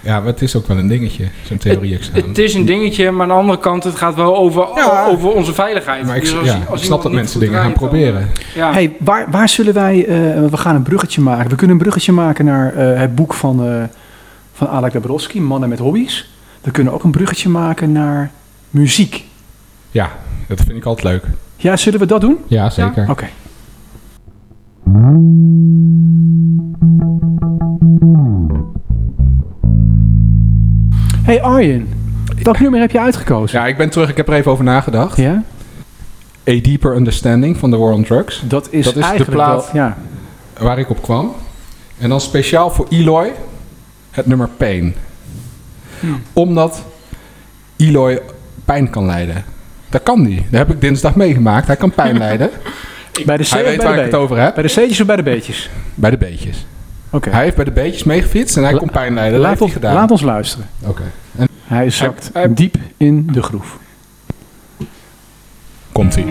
S4: Ja, maar het is ook wel een dingetje, zo'n theorie-examen.
S6: Het is een dingetje, maar aan de andere kant, het gaat wel over,
S4: Ja.
S6: over onze veiligheid.
S4: Maar ik,
S6: Dus als-
S4: ja,
S6: als
S4: ik
S6: iemand
S4: snap dat
S6: niet
S4: mensen
S6: goed
S4: dingen gaan
S6: draait, dan,
S4: proberen.
S6: eh, Ja.
S2: Hey, waar, waar zullen wij... eh, we gaan een bruggetje maken. We kunnen een bruggetje maken naar eh, het boek van, eh van Alek Dabrowski, Mannen met Hobby's. We kunnen ook een bruggetje maken naar muziek.
S4: Ja, dat vind ik altijd leuk.
S2: Ja, zullen we dat doen?
S3: Ja,
S6: Oh,
S3: zeker.
S2: Oké. Hey Arjen, welk nummer heb je uitgekozen?
S4: Ja, ik ben terug. Ik heb er even over nagedacht.
S2: Ja,
S4: A Deeper Understanding van The War on Drugs,
S2: dat is,
S4: Dat is de
S2: eigenlijk
S4: plaat.
S2: wel- ja.
S4: waar ik op kwam. En dan speciaal voor Eloy het nummer Pain.
S6: Hm.
S4: Omdat Eloy pijn kan leiden. Dat kan hij. Dat heb ik dinsdag meegemaakt. Hij kan pijn leiden.
S2: Bij de C
S4: Hij
S2: of bij
S4: weet waar ik
S2: de
S4: het
S2: B?
S4: over heb.
S2: Bij de C'tjes of bij de B'tjes?
S4: Bij de beetjes.
S2: Oké.
S4: Hij heeft bij de beetjes meegefietst en hij
S2: La-
S4: kon pijn leiden. Dat
S2: Laat,
S4: heeft hij
S2: ons-
S4: eh, gedaan.
S2: laat ons luisteren.
S4: Oké. En
S2: Hij zakt
S6: hij-
S2: diep in de groef.
S4: komt hij.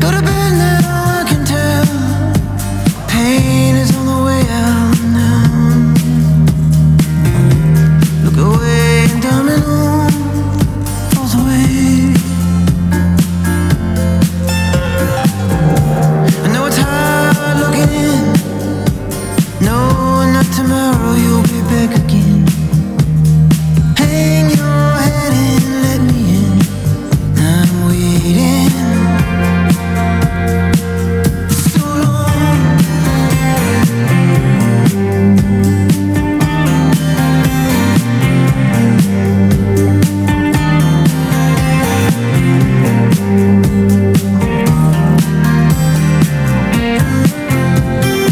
S7: Go to bed now, I can tell. Pain is on the way out now. Look away, domino falls away. I know it's hard looking in. No, not tomorrow, you'll be back again. Hang your head and let me in. I'm waiting. So long.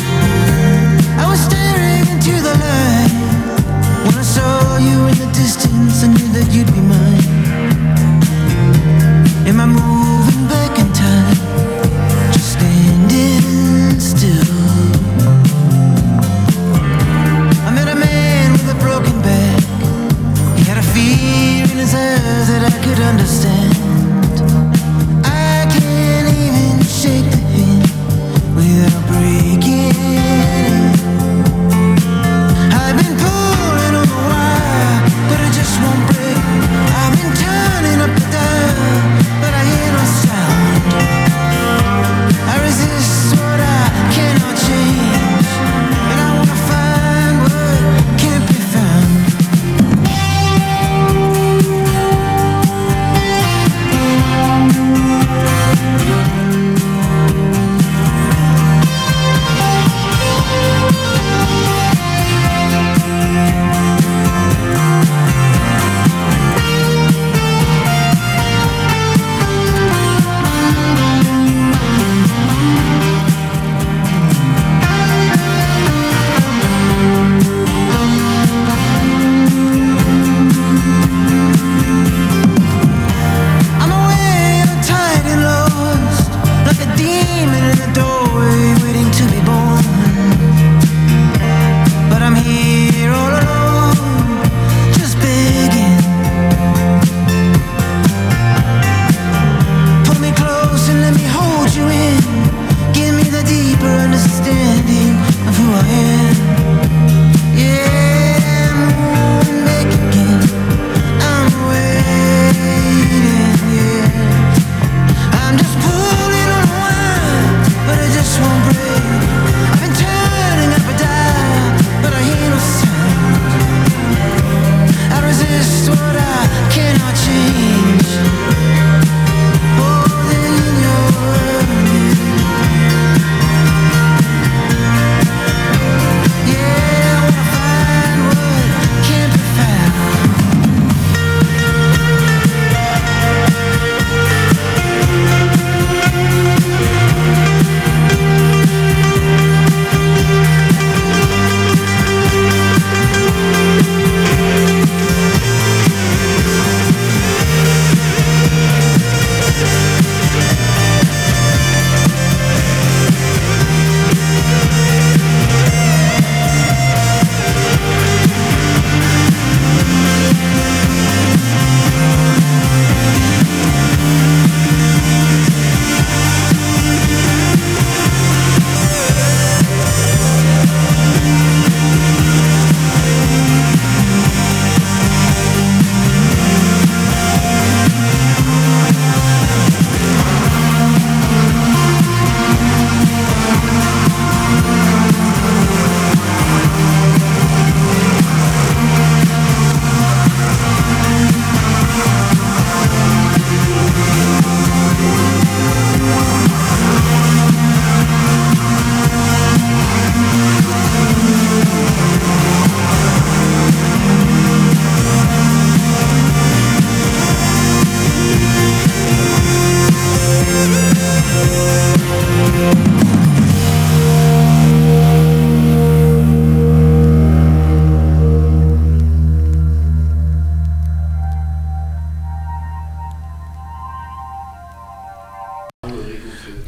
S7: I was staring into the light when I saw you in the distance. I knew that you'd be mine. Am I moving back in time? Just standing still. I met a man with a broken back. He had a fear in his eyes that I could understand. I can't even shake the hand without breaking. I've been pulling on the wire, but it just won't break. I've been turning up the dial, but I hear no sound. I resist what I cannot change, and I wanna find what can't be found.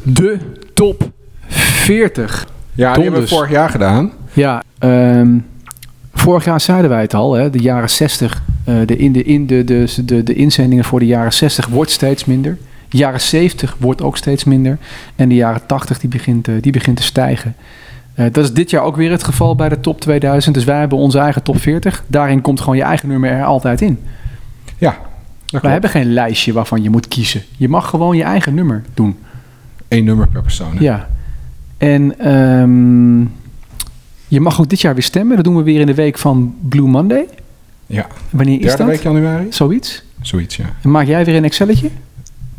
S2: De top 40.
S4: Ja, die hebben we
S2: Donders.
S4: vorig jaar gedaan.
S2: Ja, ehm, vorig jaar zeiden wij het al, hè, de jaren 60. eh, de, in de, in de, de, de, de inzendingen voor de jaren 60 wordt steeds minder. De jaren 70 wordt ook steeds minder. En de jaren 80 die begint, eh, die begint te stijgen. Eh, dat is dit jaar ook weer het geval bij de top 2000. Dus wij hebben onze eigen top 40. Daarin komt gewoon je eigen nummer er altijd in.
S4: Dat
S2: Wij
S4: klopt.
S2: hebben geen lijstje waarvan je moet kiezen. Je mag gewoon je eigen nummer doen.
S4: Eén nummer per persoon. hè?
S2: Ja. En ehm, je mag ook dit jaar weer stemmen. Dat doen we weer in de week van Blue Monday.
S4: Ja.
S2: Wanneer is
S4: Derde
S2: dat?
S4: week januari?
S2: Zoiets.
S4: Zoiets, ja.
S2: En maak jij weer een Excelletje?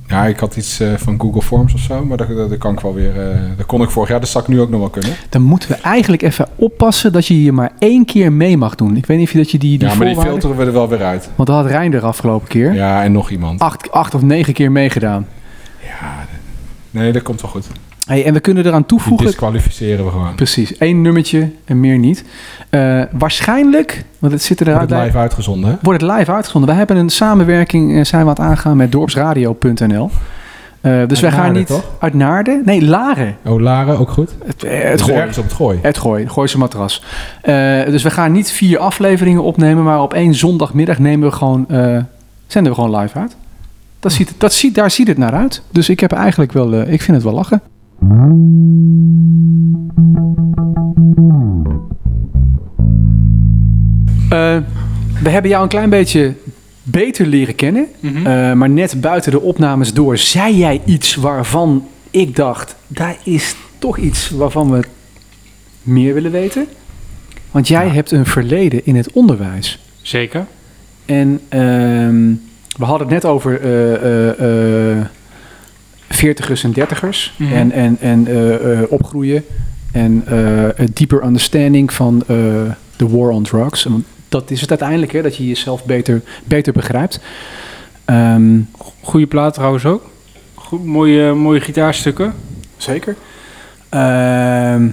S4: Ja, ik had iets eh, van Google Forms of zo, maar dat, dat, dat kan ik wel weer. eh, dat kon ik vorig jaar, dat zou ik nu ook nog wel kunnen.
S2: Dan moeten we eigenlijk even oppassen dat je hier maar één keer mee mag doen. Ik weet niet of je dat je die, die
S4: ja, maar die
S2: voorwaarden-
S4: filteren we er wel weer uit.
S2: Want dat had Rijn er afgelopen keer.
S4: Ja, en nog iemand.
S2: Acht, acht of negen keer meegedaan.
S4: Ja, nee, dat komt wel goed.
S2: Hey, en we kunnen eraan
S4: Die
S2: toevoegen...
S4: disqualificeren we gewoon.
S2: Precies, één nummertje en meer niet. Eh, waarschijnlijk, want het zit er
S4: Wordt
S2: eruit
S4: het live uitgezonden, hè?
S2: wordt het live uitgezonden. Wij hebben een samenwerking, eh, zijn we aan het aangaan met dorpsradio.nl. Eh, dus wij gaan
S4: Naarden,
S2: niet
S4: toch?
S2: uit Naarden, nee, Laren.
S4: Oh, Laren, ook goed.
S2: Het, eh, het
S4: Het is
S2: gooi.
S4: ergens op het gooi.
S2: Het gooi, Gooise matras. Eh, dus we gaan niet vier afleveringen opnemen, maar op één zondagmiddag nemen we gewoon, eh, zenden we gewoon live uit. Dat ziet, dat ziet, daar ziet het naar uit. Dus ik heb eigenlijk wel, eh, ik vind het wel lachen. Eh, we hebben jou een klein beetje beter leren kennen. Eh, maar net buiten de opnames door zei jij iets waarvan ik dacht... daar is toch iets waarvan we meer willen weten. Want jij hebt een verleden in het onderwijs.
S6: Zeker.
S2: En ehm, we hadden het net over eh, veertigers en dertigers.
S6: Mhm.
S2: En, en, en eh, eh, opgroeien. En eh een dieper understanding van eh, de war on drugs. Want dat is het uiteindelijk, hè, dat je jezelf beter, beter begrijpt. Ehm,
S6: Goede plaat trouwens ook. Goed, mooie, mooie gitaarstukken.
S2: Zeker. Ehm,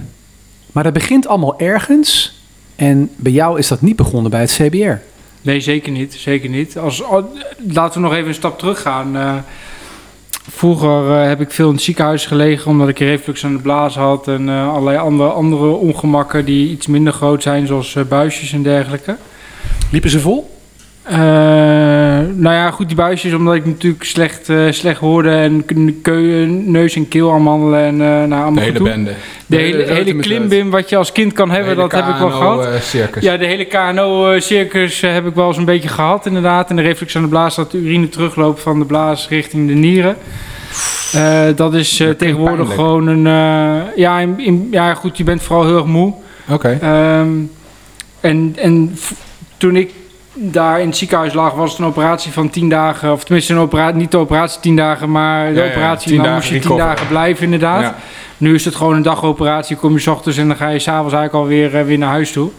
S2: maar dat begint allemaal ergens. En bij jou is dat niet begonnen bij het CBR.
S6: Nee, zeker niet. Zeker niet. Als, al- laten we nog even een stap teruggaan. Eh, vroeger eh, heb ik veel in het ziekenhuis gelegen omdat ik reflux aan de blaas had en eh, allerlei andere, andere ongemakken die iets minder groot zijn, zoals eh, buisjes en dergelijke.
S2: Liepen ze vol?
S6: Eh, nou ja, goed, die buisjes, omdat ik natuurlijk slecht, eh, slecht hoorde en k- keu- neus en keel aanmandelen en eh nou, allemaal
S4: De hele
S6: gedoe.
S4: bende.
S6: De
S2: De
S6: hele,
S2: hele
S6: hele
S2: reutemeteut.
S6: klimbim wat je als kind kan hebben,
S4: De hele
S6: dat heb ik wel
S4: KNO,
S6: gehad.
S4: eh, circus.
S6: Ja, de hele KNO-circus eh, heb ik wel eens een beetje gehad, inderdaad. En de reflux aan de blaas, dat de urine terugloopt van de blaas richting de nieren. Eh, dat is eh, tegenwoordig
S4: pijnlijk.
S6: gewoon een... eh, ja, in- in- ja, goed, je bent vooral heel erg moe.
S4: Oké.
S6: Ehm, en en v- toen ik daar in het ziekenhuis lag, was het een operatie van 10 dagen. Of tenminste, een opera niet de operatie 10 dagen, maar de
S4: Ja, ja,
S6: operatie.
S4: 10
S6: dan
S4: dagen
S6: moest je 10
S4: recover.
S6: dagen blijven, inderdaad.
S4: Ja.
S6: Nu is het gewoon een dagoperatie. Kom je 's ochtends en dan ga je s'avonds eigenlijk alweer eh, weer naar huis toe.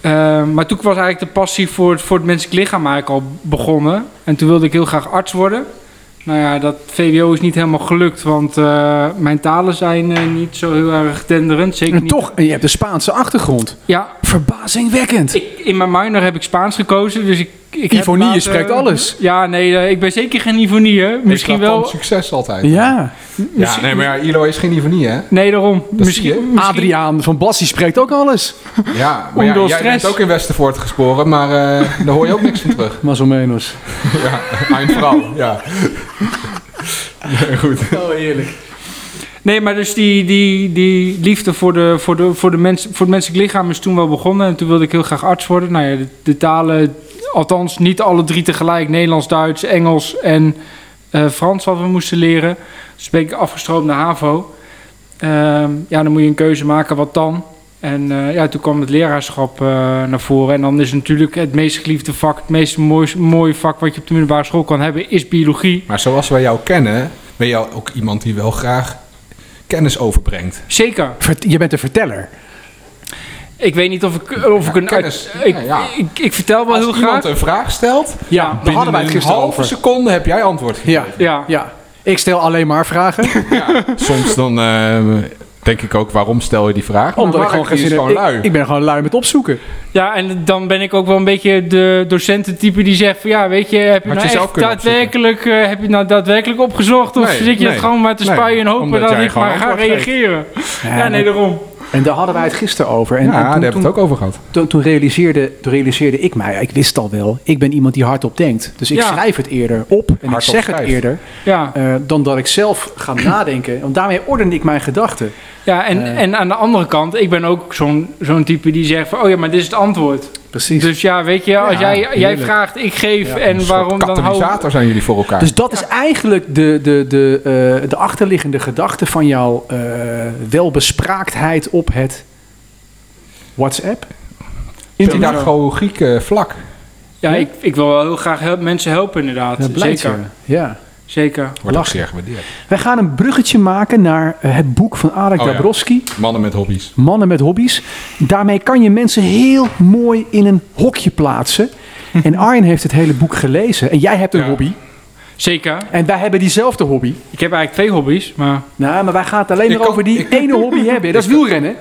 S6: Eh, maar toen was eigenlijk de passie voor het, voor het menselijk lichaam eigenlijk al begonnen. En toen wilde ik heel graag arts worden. Nou ja, dat VWO is niet helemaal gelukt, want eh, mijn talen zijn eh, niet zo heel erg denderend. Zeker
S2: En
S6: niet.
S2: toch, en je hebt een Spaanse achtergrond.
S6: Ja,
S2: Verbazingwekkend.
S6: ik, in mijn minor heb ik Spaans gekozen, dus ik... ik heb
S2: Ivonie, je spreekt alles.
S6: Ja, nee, eh, ik ben zeker geen Ivonie, hè. Misschien
S4: Exorbitant
S6: wel...
S4: succes altijd.
S2: ja.
S4: Ja, nee, maar ja, ILO is geen ironie, hè?
S6: Nee, daarom.
S4: zie je.
S6: Misschien, misschien...
S2: Adriaan van Bassi spreekt ook alles.
S4: Ja, maar ja,
S6: Ondoel
S4: jij bent
S6: stress.
S4: ook in Westervoort gesporen, maar eh, daar hoor je ook niks van terug.
S2: Maar zo menos.
S4: Ja, een vrouw, ja. Nee, goed.
S6: Nee, maar dus die, die, die liefde voor, de, voor, de, voor, de mens, voor het menselijk lichaam is toen wel begonnen. En toen wilde ik heel graag arts worden. Nou ja, de, de talen, althans niet alle drie tegelijk. Nederlands, Duits, Engels en eh, Frans wat we moesten leren. Dus ben ik afgestroomd naar HAVO. Ehm, ja, dan moet je een keuze maken, wat dan? En eh, ja, toen kwam het leraarschap eh, naar voren. En dan is natuurlijk het meest geliefde vak, het meest moois- mooie vak wat je op de middelbare school kan hebben, is biologie.
S4: Maar zoals wij jou kennen, ben jij ook iemand die wel graag kennis overbrengt.
S6: Zeker.
S2: Vert- je bent een verteller.
S6: Ik weet niet of ik, eh, of ik een...
S4: kennis.
S6: Ik,
S4: Ja, ja.
S6: Ik, ik vertel wel
S4: Als
S6: heel
S4: iemand
S6: graag.
S4: een vraag stelt,
S2: Ja, daar
S4: binnen
S2: hadden wij het
S4: een
S2: gisteren
S4: halve
S2: over.
S4: seconde heb jij antwoord.
S2: Ja.
S6: Ja.
S2: ja. Ik stel alleen maar vragen.
S4: Soms dan eh, Denk ik ook, waarom stel je die vraag? Maar
S2: Omdat ik
S4: Mark,
S2: gewoon geen
S4: die
S2: zin
S4: is
S2: heb.
S4: gewoon lui.
S2: Ik, ik ben gewoon lui met opzoeken.
S6: Ja, en dan ben ik ook wel een beetje de docententype die zegt van ja, weet je, heb je
S4: Had
S6: nou
S4: je zelf
S6: echt
S4: kunnen
S6: daadwerkelijk, eh, heb je nou daadwerkelijk opgezocht of
S4: Nee,
S6: zit je
S4: nee.
S6: het gewoon maar te
S4: Nee,
S6: spuien en hopen
S4: omdat
S6: dat
S4: jij
S6: ik
S4: gewoon
S6: maar ga
S4: antwoord geeft.
S6: reageren? Ja, nee, daarom.
S2: En daar hadden wij het gisteren over. En,
S4: ja,
S2: en
S4: daar
S2: toen,
S4: hebben we het
S2: toen,
S4: ook over gehad.
S2: toen, toen realiseerde, toen realiseerde ik mij, ja, ik wist het al wel, ik ben iemand die hardop denkt. Dus ik
S6: Ja.
S2: schrijf het eerder op en ik
S4: Hardop
S2: zeg het
S4: schrijven.
S2: eerder
S6: Ja,
S2: eh, dan dat ik zelf ga nadenken. Want daarmee ordende ik mijn gedachten.
S6: ja en,
S2: Eh.
S6: en aan de andere kant, ik ben ook zo'n zo'n type die zegt van oh ja, maar dit is het antwoord.
S2: Precies. Dus,
S6: Dus ja, weet je, als jij, jij
S4: heerlijk.
S6: vraagt, ik geef
S2: Ja,
S6: en waarom dan hou
S4: Katalysator zijn jullie voor elkaar.
S2: Dus dat is eigenlijk de, de, de, eh, de achterliggende gedachte van jouw eh, welbespraaktheid op het WhatsApp. Internet.
S4: Pedagogiek eh, vlak.
S6: Ja, ik, ik wil wel heel graag help- mensen helpen inderdaad.
S2: Dat blijkt
S6: Zeker.
S2: zo. Ja.
S6: Zeker.
S4: Wordt ook
S2: Lachen.
S4: zeer gewaardeerd.
S2: Wij gaan een bruggetje maken naar eh, het boek van Alek
S4: Oh ja.
S2: Dabrowski,
S4: Mannen met hobby's.
S2: Mannen met hobby's. Daarmee kan je mensen heel mooi in een hokje plaatsen. En Arjen heeft het hele boek gelezen. En jij hebt een
S4: Ja.
S2: hobby.
S6: Zeker.
S2: En wij hebben diezelfde hobby.
S6: Ik heb eigenlijk twee hobby's, maar
S2: Nou, maar wij gaan het alleen
S4: Ik
S2: maar
S4: kan-
S2: over die
S4: ik-
S2: ene hobby hebben. Dat is wielrennen.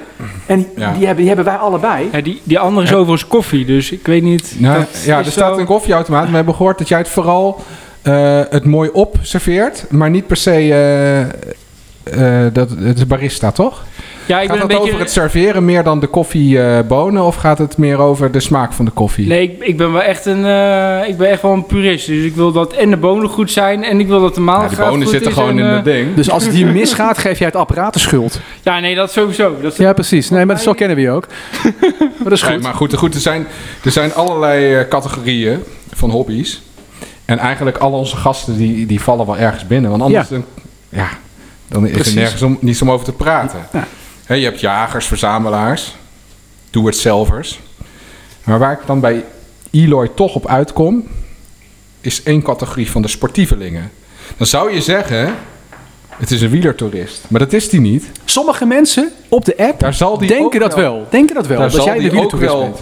S2: En
S4: Ja.
S2: die, hebben, die hebben wij allebei.
S6: ja, die, die andere is overigens koffie, dus ik weet niet.
S4: Nou,
S6: Dat
S4: ja,
S6: is
S4: er staat
S6: wel-
S4: een koffieautomaat. We hebben gehoord dat jij het vooral eh, het mooi op serveert, maar niet per se. eh, eh, dat, het is barista, toch?
S6: Ja, ik
S4: gaat
S6: ben een
S4: het
S6: beetje.
S4: over het serveren meer dan de koffiebonen? of gaat het meer over de smaak van de koffie?
S6: Nee, ik, ik ben wel echt een. eh, ik ben echt wel een purist. Dus ik wil dat en de bonen goed zijn en ik wil dat de
S4: Ja,
S6: maalgraad
S4: die
S6: goed
S4: bonen
S6: is.
S4: zitten gewoon
S6: en,
S4: in
S6: eh,
S4: het ding.
S2: Dus als het hier misgaat, geef jij het apparaat de schuld.
S6: Ja, nee, dat sowieso. Dat is-
S2: Ja, precies. Nee, maar dat zo kennen we je ook. Maar dat is
S4: Nee,
S2: goed.
S4: maar goed, goed er, zijn, er zijn allerlei eh, categorieën van hobby's. En eigenlijk al onze gasten die, die vallen wel ergens binnen. Want anders
S2: Ja.
S4: Dan, ja, dan is
S2: Precies.
S4: er nergens om, niets om over te praten.
S2: Ja.
S4: Hè, je hebt jagers, verzamelaars, doe-het-zelvers. Maar waar ik dan bij Eloy toch op uitkom, is één categorie van de sportievelingen. Dan zou je zeggen, het is een wielertoerist. Maar dat is die niet.
S2: Sommige mensen op de app
S4: Daar zal die ook
S2: denken dat wel. Denken dat wel.
S4: daar
S2: dat
S4: zal
S2: jij de
S4: die ook
S2: wielertoerist
S4: wel
S2: bent.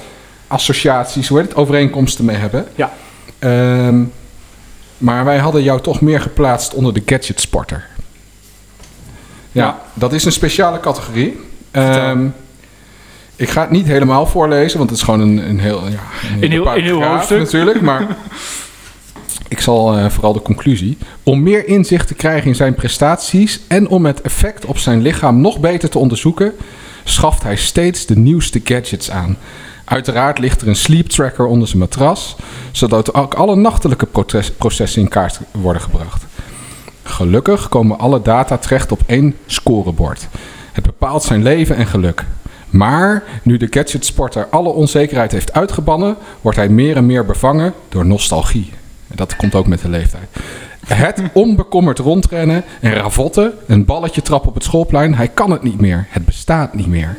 S4: associaties, hoe heet het, overeenkomsten mee hebben.
S2: Ja.
S4: Ehm, maar wij hadden jou toch meer geplaatst onder de gadgetsporter. Ja,
S6: Ja.
S4: dat is een speciale categorie. Ehm, ik ga het niet helemaal voorlezen, want het is gewoon een, een heel... Ja, een,
S6: Een heel- een heel
S4: paragraaf
S6: hoofdstuk.
S4: Natuurlijk, maar... Ik zal eh, vooral de conclusie. Om meer inzicht te krijgen in zijn prestaties en om het effect op zijn lichaam nog beter te onderzoeken, schaft hij steeds de nieuwste gadgets aan. Uiteraard ligt er een sleep tracker onder zijn matras, zodat ook alle nachtelijke proces- processen in kaart worden gebracht. Gelukkig komen alle data terecht op één scorebord. Het bepaalt zijn leven en geluk. Maar nu de gadgetsporter alle onzekerheid heeft uitgebannen, wordt hij meer en meer bevangen door nostalgie. En Dat komt ook met de leeftijd. Het onbekommerd rondrennen en ravotten, een balletje trappen op het schoolplein, hij kan het niet meer. Het bestaat niet meer.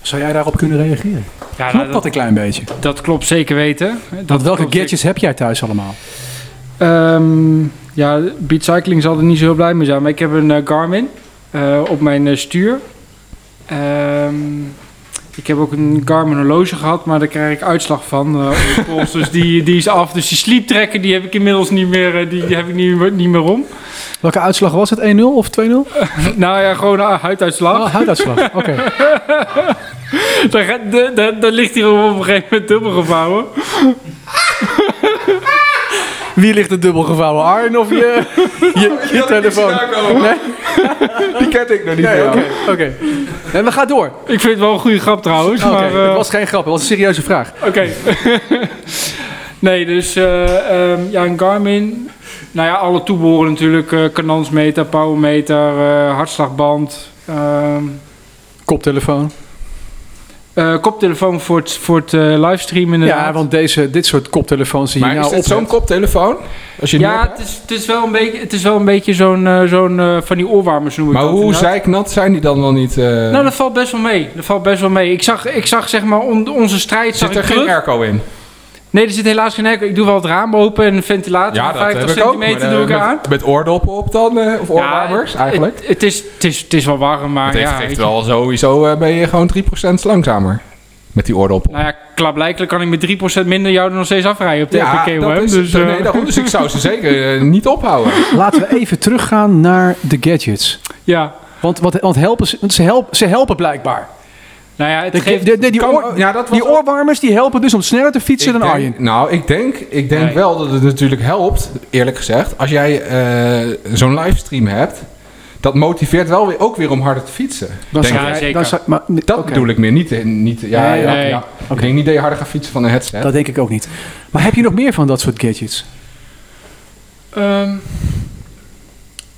S2: Zou jij daarop kunnen reageren?
S6: Ja, nou,
S2: Klopt dat
S6: dat,
S2: een klein beetje?
S6: dat klopt zeker weten. Dat
S2: Want welke
S6: klopt zeker.
S2: gadgets heb jij thuis allemaal?
S6: Ehm, ja, Beat Cycling zal er niet zo heel blij mee zijn. Maar ik heb een eh, Garmin eh, op mijn eh, stuur. Ehm, ik heb ook een Garmin horloge gehad, maar daar krijg ik uitslag van. eh, op de pols. dus die, die is af. Dus die sleeptracker die heb ik inmiddels niet meer, eh, die, die heb ik niet, meer- niet meer om.
S2: Welke uitslag was het? 1-0 of 2-0?
S6: nou ja, gewoon een huiduitslag.
S2: Oh, huiduitslag. Oké. Oh.
S6: Daar, gaat- daar, daar, daar ligt hij op een gegeven moment dubbel gevouwen.
S2: Wie ligt de dubbel gevouwen? Arjen of je, je, je telefoon? Nee?
S4: Die ken ik nog niet.
S2: Oké. oké. En we gaan door.
S6: Ik vind het wel een goede grap trouwens.
S2: Oké,
S6: maar, eh,
S2: het was geen grap. Het was een serieuze vraag.
S6: Oké. nee, dus eh, ehm, ja, een Garmin. Nou ja, alle toebehoren natuurlijk. eh, kanansmeter, powermeter, eh, hartslagband. ehm,
S2: Koptelefoon.
S6: eh, koptelefoon voor het, voor het eh, livestreamen inderdaad.
S2: Ja, want deze, dit soort koptelefoons die
S4: Maar
S2: je
S4: is
S2: nou
S4: dit
S2: op
S4: zo'n
S2: hebt.
S4: koptelefoon? Als je
S6: Ja, het is, het is wel een beetje, het is wel een beetje zo'n, eh, zo'n eh, van die oorwarmers noem ik
S4: maar
S6: dat
S4: hoe
S6: inderdaad.
S4: zeiknat zijn die dan wel niet? eh,
S6: Nou, dat valt best wel mee. Dat valt best wel mee. Ik zag, ik zag zeg maar on- onze strijd. zag
S4: Zit er
S6: ik
S4: geen
S6: terug.
S4: airco in?
S6: Nee, er zit helaas geen airco. Ik doe wel het raam open en ventilator. van 50 centimeter
S4: maar,
S6: doe
S4: eh,
S6: ik aan.
S4: met, met oordoppen op dan, eh, of oorwarmers
S6: Ja,
S4: eigenlijk.
S6: Het, het, is, het, is, het is wel warm, maar
S4: Het heeft
S6: ja, weet
S4: geeft
S6: je.
S4: wel sowieso eh, ben je gewoon 3% langzamer met die oordoppen. op.
S6: Nou ja, klaarblijkelijk kan ik met 3% minder jou er nog steeds afrijden op de
S4: ja,
S6: FBK,
S4: dat
S6: hoor.
S4: is,
S6: dus, eh,
S4: nee, daarom, dus ik zou ze zeker eh, niet ophouden.
S2: Laten we even teruggaan naar de gadgets.
S6: Ja,
S2: Want, wat, want helpen ze, want ze, helpen, ze helpen blijkbaar.
S6: Nou ja, het
S2: De-
S6: geeft...
S2: de- de- die,
S4: kan-
S2: oor-
S4: ja, dat was
S2: die
S4: ook-
S2: oorwarmers die helpen dus om sneller te fietsen
S4: Ik
S2: dan
S4: denk-
S2: Arjen.
S4: Nou, ik denk, ik denk
S6: Nee.
S4: wel dat het natuurlijk helpt, eerlijk gezegd. Als jij eh, zo'n livestream hebt, dat motiveert wel weer, ook weer om harder te fietsen.
S2: Dan
S4: denk
S2: zou-
S4: ik.
S6: Ja, zeker.
S2: dan zou- maar,
S4: Dat
S2: oké.
S4: bedoel ik meer. Niet, eh, niet, ja,
S2: Nee,
S4: ja,
S6: nee.
S4: ja. Ik denk niet dat je harder gaat fietsen van een headset.
S2: Dat denk ik ook niet. Maar heb je nog meer van dat soort gadgets?
S6: Ehm,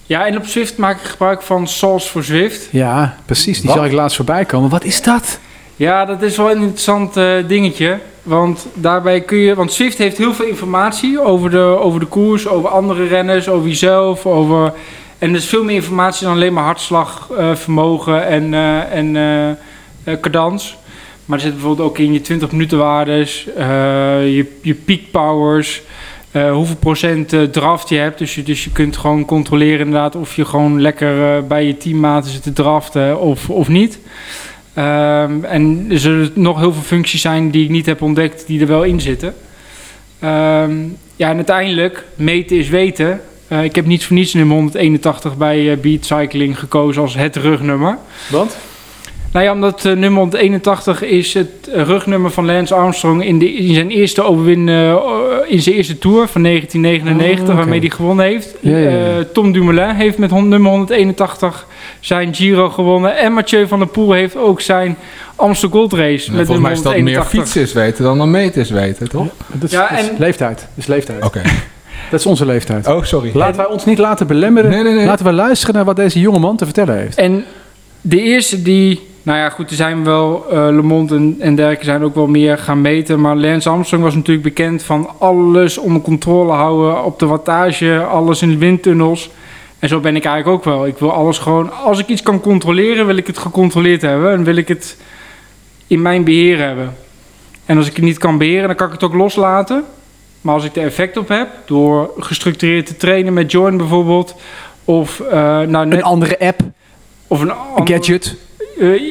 S6: ja, en op Zwift maak ik gebruik van Source voor Zwift.
S2: Ja, precies. Die
S4: Wat?
S2: zal ik laatst voorbij komen. Wat is dat?
S6: Ja, dat is wel een interessant eh, dingetje. Want daarbij kun je. Want Swift heeft heel veel informatie over de, over de koers, over andere renners, over jezelf. Over, en er is veel meer informatie dan alleen maar hartslag, eh, vermogen en, eh, en eh, eh, cadans. Maar er zit bijvoorbeeld ook in je 20 minuten waardes, eh, je, je peak powers, eh, hoeveel procent eh, draft je hebt. Dus je, dus je kunt gewoon controleren inderdaad of je gewoon lekker eh, bij je teammaten zit te draften of, of niet. Ehm, en er zullen nog heel veel functies zijn die ik niet heb ontdekt, die er wel in zitten. Ehm, ja, en uiteindelijk, meten is weten. Eh, ik heb niets voor niets nummer 181 bij eh, Beat Cycling gekozen als het rugnummer.
S2: Want?
S6: Nou ja, omdat eh, nummer 181 is het eh, rugnummer van Lance Armstrong in, de, in zijn eerste overwin, eh, in zijn eerste tour van 1999,
S2: Oh, oké.
S6: waarmee hij gewonnen heeft.
S2: Ja, ja, ja.
S6: Eh, Tom Dumoulin heeft met hon- nummer 181 zijn Giro gewonnen. En Mathieu van der Poel heeft ook zijn Amstel Gold Race
S4: En
S6: met
S4: Volgens
S6: nummer
S4: mij is dat meer
S6: 181.
S4: fietsen is weten dan dan meten is weten, toch?
S2: Dat is,
S6: Ja,
S2: dat is
S6: en-
S2: leeftijd. Dat is leeftijd.
S4: Oké.
S2: Dat is onze leeftijd.
S4: Oh, sorry.
S2: Laten wij ons niet laten belemmeren.
S4: Nee, nee, nee.
S2: Laten we luisteren naar wat deze jongeman te vertellen heeft.
S6: En de eerste die... Nou ja, goed, er zijn wel... eh Le Monde en, en dergelijke zijn ook wel meer gaan meten. Maar Lance Armstrong was natuurlijk bekend van alles onder controle houden. Op de wattage, alles in de windtunnels. En zo ben ik eigenlijk ook wel. Ik wil alles gewoon... Als ik iets kan controleren, wil ik het gecontroleerd hebben. En wil ik het in mijn beheer hebben. En als ik het niet kan beheren, dan kan ik het ook loslaten. Maar als ik er effect op heb, door gestructureerd te trainen met Jorn bijvoorbeeld... Of, eh, nou, net,
S2: Een andere app,
S6: of een
S2: een
S6: ander-
S2: gadget.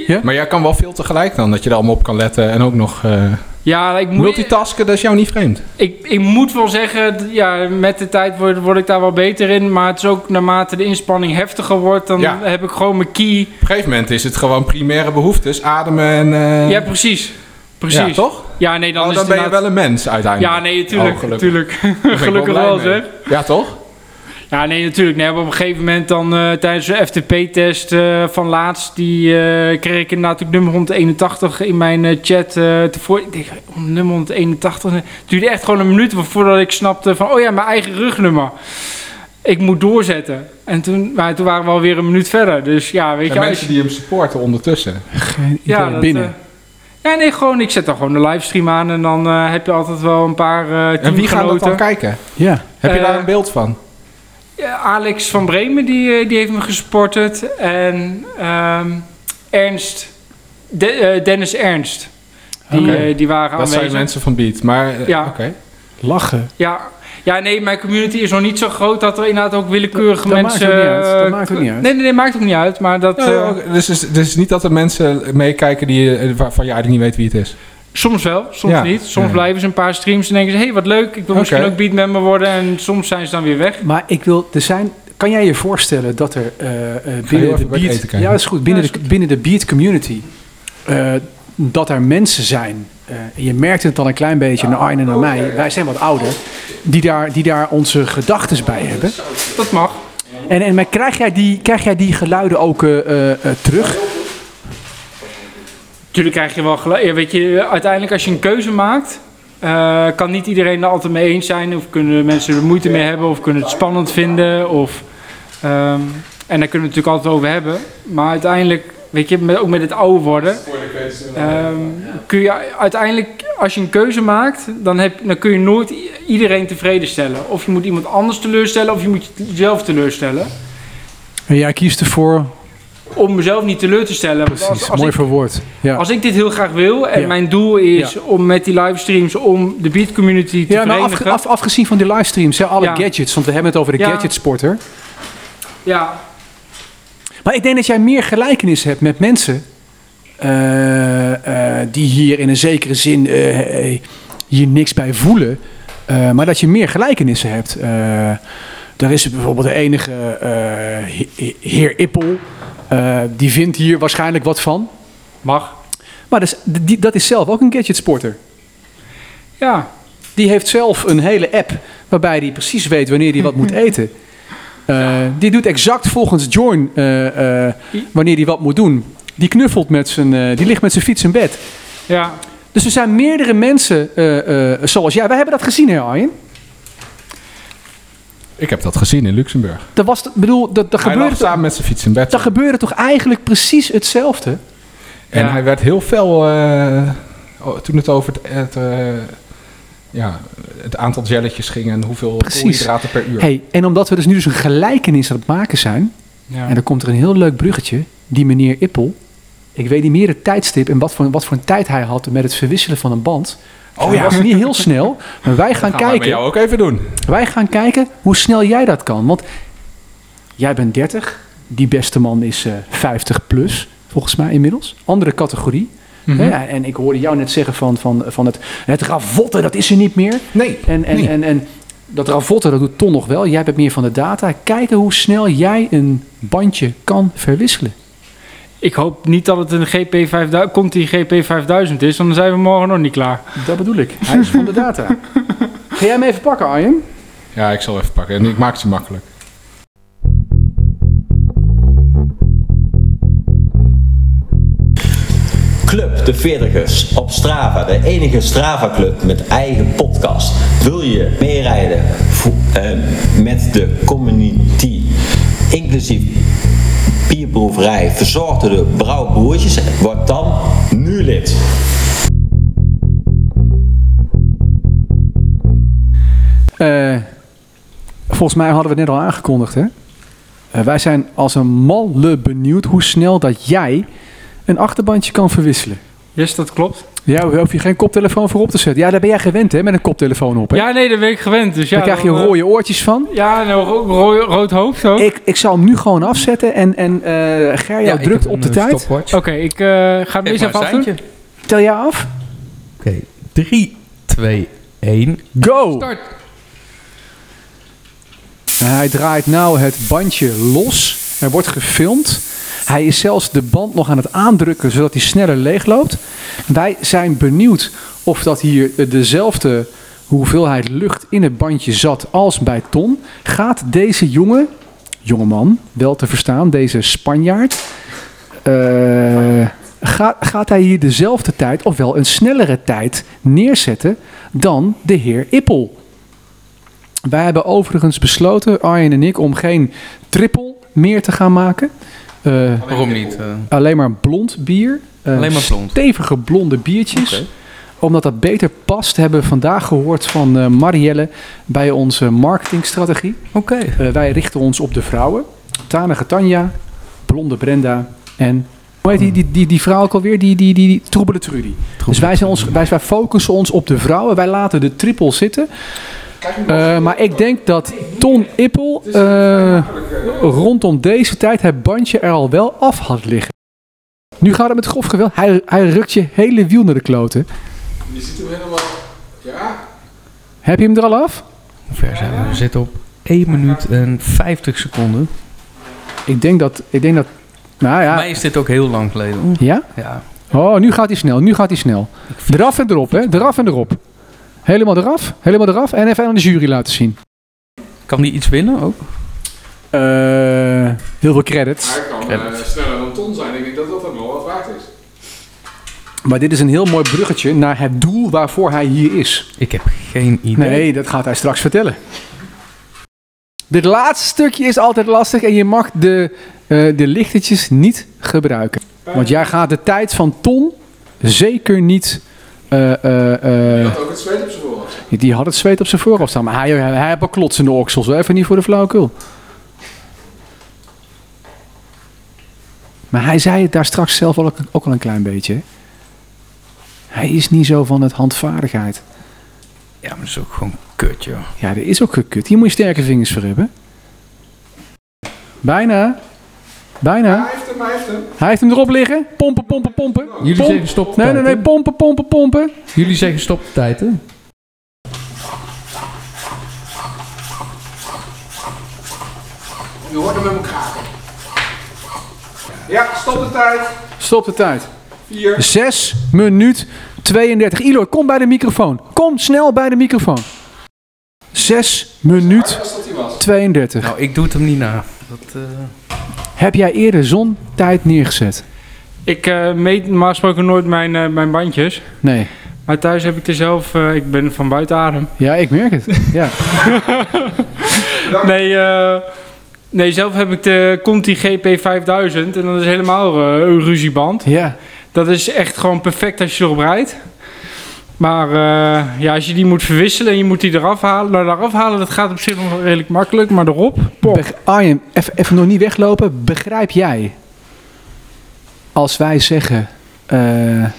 S6: eh,
S4: Maar jij kan wel veel tegelijk dan, dat je er allemaal op kan letten en ook nog... eh,
S6: ja, ik moet,
S4: multitasken, dat is jou niet vreemd.
S6: ik, ik moet wel zeggen, d- ja, met de tijd word, word ik daar wel beter in. Maar het is ook naarmate de inspanning heftiger wordt, dan
S4: Ja.
S6: heb ik gewoon mijn key.
S4: Op een gegeven moment is het gewoon primaire behoeftes, ademen en... eh,
S6: Ja, precies. Precies.
S4: Ja, toch? Nou,
S6: Ja, nee, dan,
S4: Dan,
S6: is
S4: dan
S6: het
S4: ben je
S6: inderdaad-
S4: wel een mens uiteindelijk.
S6: Ja, nee, natuurlijk.
S4: Oh, gelukkig.
S6: natuurlijk.
S4: Daar ben ik
S6: gelukkig
S4: blij
S6: wel,
S4: mee.
S6: zeg.
S4: Ja, toch?
S6: Ja, nee, natuurlijk. Nee, maar op een gegeven moment dan eh, tijdens de FTP-test eh, van laatst, die eh, kreeg ik inderdaad ook nummer 181 in mijn eh, chat eh tevoren. Ik denk, oh, nummer 181. Het duurde echt gewoon een minuut voordat ik snapte van, oh ja, mijn eigen rugnummer. Ik moet doorzetten. En toen, maar toen waren we alweer een minuut verder. Dus ja, weet
S4: Er
S6: je,
S4: zijn
S6: als
S4: mensen
S6: je-
S4: die hem supporten ondertussen.
S2: Geen
S6: ja,
S2: idee. binnen.
S6: eh, ja, nee, gewoon, ik zet dan gewoon de livestream aan en dan eh, heb je altijd wel een paar eh
S4: En wie gaan dat dan
S6: teamgenoten.
S4: kijken?
S2: ja.
S4: Heb je
S6: Eh,
S4: daar een beeld van?
S6: Ja, Alex van Bremen die, eh, die heeft me gesporterd. En ehm, Ernst, De- eh, Dennis Ernst. Die,
S4: Oké.
S6: eh, die waren
S4: Dat zijn
S6: aanwezig.
S4: mensen van Beat, maar... eh,
S6: Ja.
S4: oké.
S2: Lachen.
S6: Ja. ja, nee, mijn community is nog niet zo groot dat er inderdaad ook willekeurige
S2: Dat- dat
S6: mensen...
S2: maakt ook niet uit, dat
S6: eh,
S2: maakt ook niet uit.
S6: Nee, nee, nee, maakt ook niet uit. Maar dat,
S4: Ja, ja,
S6: eh,
S4: oké. dus, is- dus niet dat er mensen meekijken die, eh, waarvan je eigenlijk niet weet wie het is.
S6: soms wel, soms
S4: Ja.
S6: niet. Soms
S4: Ja.
S6: blijven ze een paar streams en denken ze... hé, hey, wat leuk, ik wil misschien
S4: Oké.
S6: ook beatmember worden. En soms zijn ze dan weer weg.
S2: Maar ik wil, er zijn, kan jij je voorstellen dat er eh, eh,
S4: even
S2: binnen de
S4: bij het
S2: beat,
S4: eten kijken.
S2: ja, dat is goed, binnen,
S6: Ja, dat is
S2: de, binnen de beat community, eh, dat er mensen zijn, eh, en je merkt het dan een klein beetje naar Arjen en naar mij, wij zijn wat ouder, die daar, die daar onze gedachten bij hebben.
S6: Dat mag.
S2: En, en maar krijg, jij die, krijg jij die geluiden ook eh, eh, eh, terug?
S6: Natuurlijk krijg je wel gelijk. Ja, weet je, uiteindelijk als je een keuze maakt, eh, kan niet iedereen er altijd mee eens zijn. Of kunnen mensen er moeite mee hebben, of kunnen het spannend vinden. Of, ehm, en daar kunnen we het natuurlijk altijd over hebben. Maar uiteindelijk, weet je, met, ook met het ouder worden, ehm, kun je uiteindelijk, als je een keuze maakt, dan, heb, dan kun je nooit i- iedereen tevreden stellen. Of je moet iemand anders teleurstellen, of je moet jezelf teleurstellen.
S2: En jij kiest ervoor,
S6: Om mezelf niet teleur te stellen. Want
S2: precies,
S6: als, als
S2: mooi
S6: ik
S2: verwoord. Ja.
S6: als ik dit heel graag wil en
S2: Ja.
S6: mijn doel is
S2: Ja.
S6: om met die livestreams om de beat community te
S2: ja, nou,
S6: verenigen.
S2: afge- af, afgezien van die livestreams, hè, alle
S6: Ja.
S2: gadgets, want we hebben het over de
S6: Ja.
S2: gadgetsporter.
S6: Ja,
S2: Maar ik denk dat jij meer gelijkenis hebt met mensen eh, eh, die hier in een zekere zin eh, eh, hier niks bij voelen, eh, maar dat je meer gelijkenissen hebt. Eh daar is bijvoorbeeld de enige eh, he- he- heer Ippel. eh, Eh, die vindt hier waarschijnlijk wat van.
S6: Mag.
S2: Maar dat is, die, dat is zelf ook een gadgetsporter.
S6: Ja.
S2: Die heeft zelf een hele app waarbij hij precies weet wanneer hij wat moet eten. Eh, die doet exact volgens Jorn eh, eh, wanneer hij wat moet doen. Die knuffelt met zijn, eh, die ligt met zijn fiets in bed.
S6: Ja.
S2: Dus er zijn meerdere mensen eh, eh, zoals jij. Wij hebben dat gezien, hè Arjen?
S4: Ik heb dat gezien in Luxemburg.
S2: Dat was, ik bedoel, dat, dat
S4: Hij
S2: gebeurde
S4: lag samen met zijn fiets in bed.
S2: Dan gebeurde toch eigenlijk precies hetzelfde?
S4: En
S6: Ja.
S4: hij werd heel fel eh, oh, toen het over het, het, eh, ja, het aantal jelletjes ging en hoeveel
S2: Precies.
S4: koolhydraten per uur.
S2: Hey, en omdat we dus nu dus een gelijkenis aan het maken zijn...
S6: Ja.
S2: en dan komt er een heel leuk bruggetje. Die meneer Ippel, ik weet niet meer het tijdstip... en wat voor, wat voor een tijd hij had met het verwisselen van een band... Oh ja. was niet heel snel, maar wij gaan,
S4: Gaan wij met
S2: kijken.
S4: jou ook even doen.
S2: wij gaan kijken hoe snel jij dat kan. Want jij bent 30, die beste man is eh 50 plus, volgens mij inmiddels. Andere categorie. Hè, en ik hoorde jou net zeggen van, van, van het, het ravotten, dat is er niet meer.
S4: Nee.
S2: En, en,
S4: Nee.
S2: en, en dat ravotten, dat doet Ton nog wel. Jij bent meer van de data. Kijken hoe snel jij een bandje kan verwisselen.
S6: Ik hoop niet dat het een GP5000 komt die GP5000 is, want dan zijn we morgen nog niet klaar.
S2: Dat bedoel ik. Hij is van de data. Ga jij hem even pakken, Arjen?
S4: Ja, ik zal even pakken. En ik maak ze makkelijk.
S1: Club De Veertigers op Strava, de enige Strava club met eigen podcast. Wil je meerijden vo- eh, met de community, inclusief bierproeverij, verzorgd door de brouwboertjes? Word dan nu lid.
S2: Eh, volgens mij hadden we het net al aangekondigd, hè? Eh, wij zijn als een malle benieuwd hoe snel dat jij een achterbandje kan verwisselen.
S6: Yes, dat klopt.
S2: Ja, hoef je geen koptelefoon voor op te zetten. Ja, daar ben jij gewend, hè, met een koptelefoon op, hè?
S6: Ja, nee, dat ben ik gewend. Dus ja,
S2: Daar krijg je
S6: dan, eh,
S2: rode oortjes van.
S6: Ja, en een ro- ro- rood hoofd ook. Oké,
S2: Ik, ik zal hem nu gewoon afzetten en, en eh Ger, jou
S3: ik
S2: drukt
S3: heb
S2: op
S3: een,
S2: de
S3: eh,
S2: tijd.
S3: stopwatch.
S6: ik eh, ga hem
S5: Geef
S6: eens
S5: maar
S6: even
S5: een
S6: afdoen.
S5: seintje.
S2: Tel jij af?
S8: Oké, 3, 2, 1.
S2: Go! En hij draait nou het bandje los. Er wordt gefilmd. Hij is zelfs de band nog aan het aandrukken, zodat hij sneller leegloopt. Wij zijn benieuwd of dat hier eh, dezelfde hoeveelheid lucht in het bandje zat als bij Ton. Gaat deze jongen, jongeman, wel te verstaan, deze Spanjaard, eh, gaat, gaat hij hier dezelfde tijd, ofwel een snellere tijd, neerzetten dan de heer Ippel? Wij hebben overigens besloten, Arjen en ik, om geen triple meer te gaan maken. Eh,
S5: Waarom niet? eh?
S2: alleen maar blond bier. Eh,
S5: Alleen maar blond.
S2: Stevige blonde biertjes. Omdat dat beter past, hebben we vandaag gehoord van eh, Marielle bij onze marketingstrategie.
S5: Oké.
S2: Eh, wij richten ons op de vrouwen. Tanige Tanja, blonde Brenda en... Hoe heet die, die, die, die vrouw ook alweer? Die, die, die, die troebele Trudy. Dus wij, zijn ons, wij, wij focussen ons op de vrouwen. Wij laten de triple zitten. Eh, maar ik denk dat Ton Ippel eh, rondom deze tijd het bandje er al wel af had liggen. Nu gaat het met grof geweld. Hij, hij rukt je hele wiel naar de kloten.
S4: Je ziet hem helemaal... Ja.
S2: Heb je hem er al af?
S5: Hoe ver zijn we? We zitten op 1 minuut en 50 seconden.
S2: Ik denk dat... Ik denk dat nou
S5: Voor
S2: ja.
S5: mij is dit ook heel lang geleden. hoor.
S2: Ja?
S5: Ja.
S2: Oh, nu gaat hij snel, nu gaat hij snel. Eraf en erop, hè? Eraf en erop. Helemaal eraf, helemaal eraf. En even aan de jury laten zien.
S5: Kan die iets winnen ook?
S2: Eh, heel veel credits.
S4: kan eh,
S5: Credits.
S4: sneller dan Ton zijn. Ik denk dat dat dan wel wat waard is.
S2: Maar dit is een heel mooi bruggetje naar het doel waarvoor hij hier is.
S5: Ik heb geen idee.
S2: Nee, dat gaat hij straks vertellen. Dit laatste stukje is altijd lastig en je mag de, eh, de lichtertjes niet gebruiken. Want jij gaat de tijd van Ton zeker niet... eh, eh, eh,
S4: ook het zweet op zijn voorhoofd.
S2: Die had het zweet op zijn voorhoofd staan. Maar hij, hij, hij had een klots in de oksels. hoor. Even niet voor de flauwekul. Maar hij zei het daar straks zelf ook, ook al een klein beetje. hè. Hij is niet zo van het handvaardigheid.
S5: Ja, maar dat is ook gewoon kut, joh.
S2: Ja, dat is ook gekut. Hier moet je sterke vingers voor hebben. Bijna. Bijna.
S4: Hij heeft hem, hij heeft hem.
S2: Hij heeft hem erop liggen. Pompen, pompen, pompen.
S8: Jullie
S2: Pomp.
S8: zeggen stop.
S2: Nee, nee, nee. Pompen, pompen, pompen.
S8: Jullie zeggen stop de tijd, hè?
S4: Je hoort hem helemaal kraken. Ja, stop de tijd.
S2: Stop de tijd.
S4: Vier.
S2: 6 minuut 32. Ilor, kom bij de microfoon. Kom snel bij de microfoon. 6 minuut 32.
S5: Nou, ik doe het hem niet na. Dat, eh,
S2: Heb jij eerder zon tijd neergezet?
S6: Ik eh, meet normaal gesproken nooit mijn, eh, mijn bandjes.
S2: Nee.
S6: Maar thuis heb ik er zelf... eh, ik ben van buiten adem.
S2: Ja, ik merk het. Ja.
S6: Nee, eh, nee, zelf heb ik de Conti GP5000. En dat is helemaal eh, een ruzieband.
S2: ja.
S6: Dat is echt gewoon perfect als je erop rijdt. Maar eh, ja, als je die moet verwisselen en je moet die eraf halen. Nou, eraf halen, dat gaat op zich nog wel redelijk makkelijk. Maar erop, pop.
S2: Beg- Arjen, even even nog niet weglopen. Begrijp jij als wij zeggen eh, eh,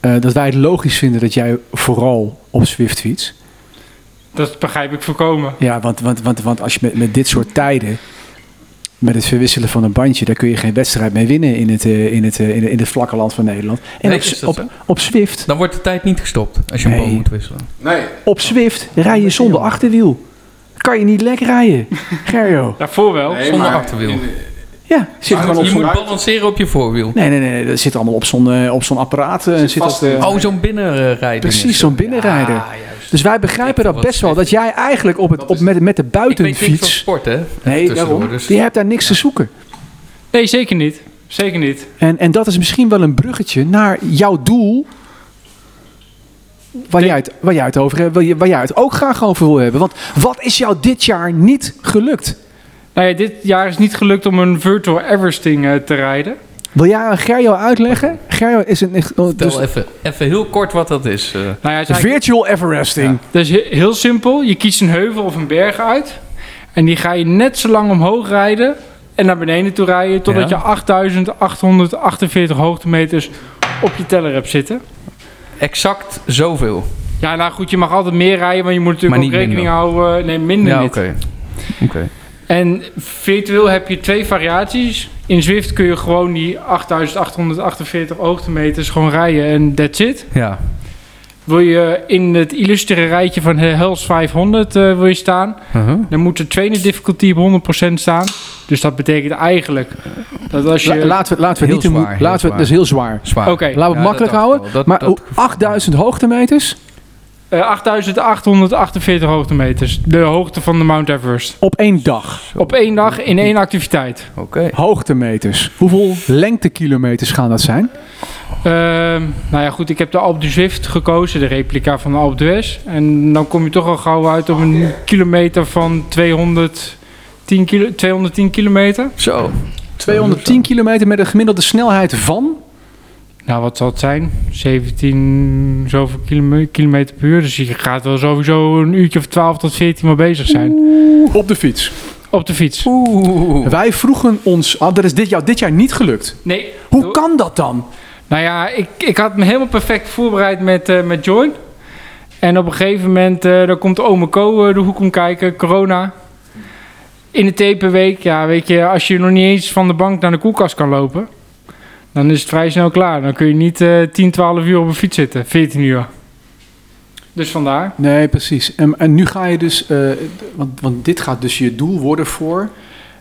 S2: dat wij het logisch vinden dat jij vooral op Zwift fiets?
S6: Dat begrijp ik voorkomen.
S2: Ja, want, want, want, want als je met, met dit soort tijden, met het verwisselen van een bandje, daar kun je geen wedstrijd mee winnen in het, eh, in het, eh, in het, in het vlakke land van Nederland. En
S5: Nee,
S2: op,
S5: is
S2: z-
S5: dat zo?
S2: op, op Zwift,
S5: dan wordt de tijd niet gestopt als je een
S2: Nee.
S5: boom moet wisselen.
S4: Nee.
S2: op Zwift rij je zonder achterwiel. Kan je niet lekker rijden, Gerjo.
S6: Daarvoor wel.
S4: nee
S5: zonder
S4: maar Eh,
S5: achterwiel.
S4: in de-
S2: Ja, zit
S4: Maar
S2: gewoon op
S5: Je
S2: zo'n...
S5: moet balanceren op je voorwiel.
S2: Nee, nee, nee, dat zit allemaal op zo'n eh, op zo'n apparaat. eh,
S4: Zit
S2: zit
S4: vast
S2: dat, eh,
S4: in.
S5: Oh, zo'n binnenrijder.
S2: Precies, zo'n binnenrijder.
S5: Ja, juist.
S2: Dus wij begrijpen
S5: Ik
S2: dat
S5: wat
S2: best wel. Dat
S5: slecht.
S2: jij eigenlijk op het, op met, met de
S5: Ik weet niks van
S2: buitenfiets...
S5: sport, hè?
S2: Nee,
S5: Tussendoor,
S2: daarom.
S5: dus-
S2: Je hebt daar niks te zoeken.
S6: Nee, zeker niet. Zeker niet.
S2: En, en dat is misschien wel een bruggetje naar jouw doel. Waar, jij het, waar, jij het over, hebt, waar, je- waar jij het ook graag over wil hebben. Want wat is jou dit jaar niet gelukt?
S6: Nou ja, dit jaar is niet gelukt om een virtual Everesting eh, te rijden.
S2: Wil jij aan Gerjo uitleggen? Gerjo is een... is- oh, Dus,
S5: Vertel even, even heel kort wat dat is. eh.
S6: Nou ja, het is eigenlijk-
S2: virtual Everesting.
S6: dat is he- heel simpel. Je kiest een heuvel of een berg uit. En die ga je net zo lang omhoog rijden en naar beneden toe rijden... totdat
S5: Ja.
S6: je 8848 hoogtemeters op je teller hebt zitten.
S5: Exact zoveel.
S6: Ja, nou goed, je mag altijd meer rijden... want je moet natuurlijk
S5: Maar
S6: ook
S5: niet
S6: rekening
S5: minder.
S6: houden... Nee, minder
S5: Ja,
S6: niet.
S5: oké. Oké.
S6: En virtueel heb je twee variaties. In Zwift kun je gewoon die 8848 hoogtemeters gewoon rijden en that's it.
S5: Ja.
S6: Wil je in het illustere rijtje van Hells 500 eh, wil je staan,
S5: Uh-huh.
S6: dan moet de trainer difficulty op 100% staan. Dus dat betekent eigenlijk eh, dat als je...
S2: La- laten we, laten we
S5: Heel
S2: niet te moe-
S5: zwaar, heel
S2: laten we, Dat is heel zwaar.
S5: Zwaar.
S6: Oké,
S2: Laten we het
S5: Ja,
S2: makkelijk
S5: dat dacht ik
S2: houden.
S5: al. Dat-
S2: maar
S5: dat-
S2: hoe- 8000 hoogtemeters
S6: eh, 8848 hoogtemeters. De hoogte van de Mount Everest.
S2: op één dag.
S6: Op één dag in één activiteit.
S5: Oké.
S2: Hoogtemeters. Hoeveel lengtekilometers gaan dat zijn?
S6: Ehm, nou ja, goed, ik heb de Alpe du Zwift gekozen, de replica van de Alpe d'Huez. En dan kom je toch al gauw uit op een kilometer van 210, kilo, 210 kilometer.
S5: Zo.
S2: 210 kilometer met een gemiddelde snelheid van?
S6: Nou, wat zal het zijn? 17 zoveel kilome- kilometer per uur. Dus je gaat wel sowieso een uurtje of 12 tot 14 maar bezig zijn.
S2: Op de fiets.
S6: Op de fiets.
S5: Oeh.
S2: Wij vroegen ons, ah, dat is dit, jou, dit jaar niet gelukt.
S6: Nee.
S2: Hoe kan dat dan?
S6: Nou ja, ik, ik had me helemaal perfect voorbereid met, eh, met Join. En op een gegeven moment, eh dan komt ome Co eh, de hoek om kijken, corona. In de taperweek, ja weet je, als je nog niet eens van de bank naar de koelkast kan lopen, dan is het vrij snel klaar. Dan kun je niet eh 10, 12 uur op een fiets zitten, 14 uur. Dus vandaar.
S2: Nee, precies. En, en nu ga je dus, eh, want, want dit gaat dus je doel worden voor...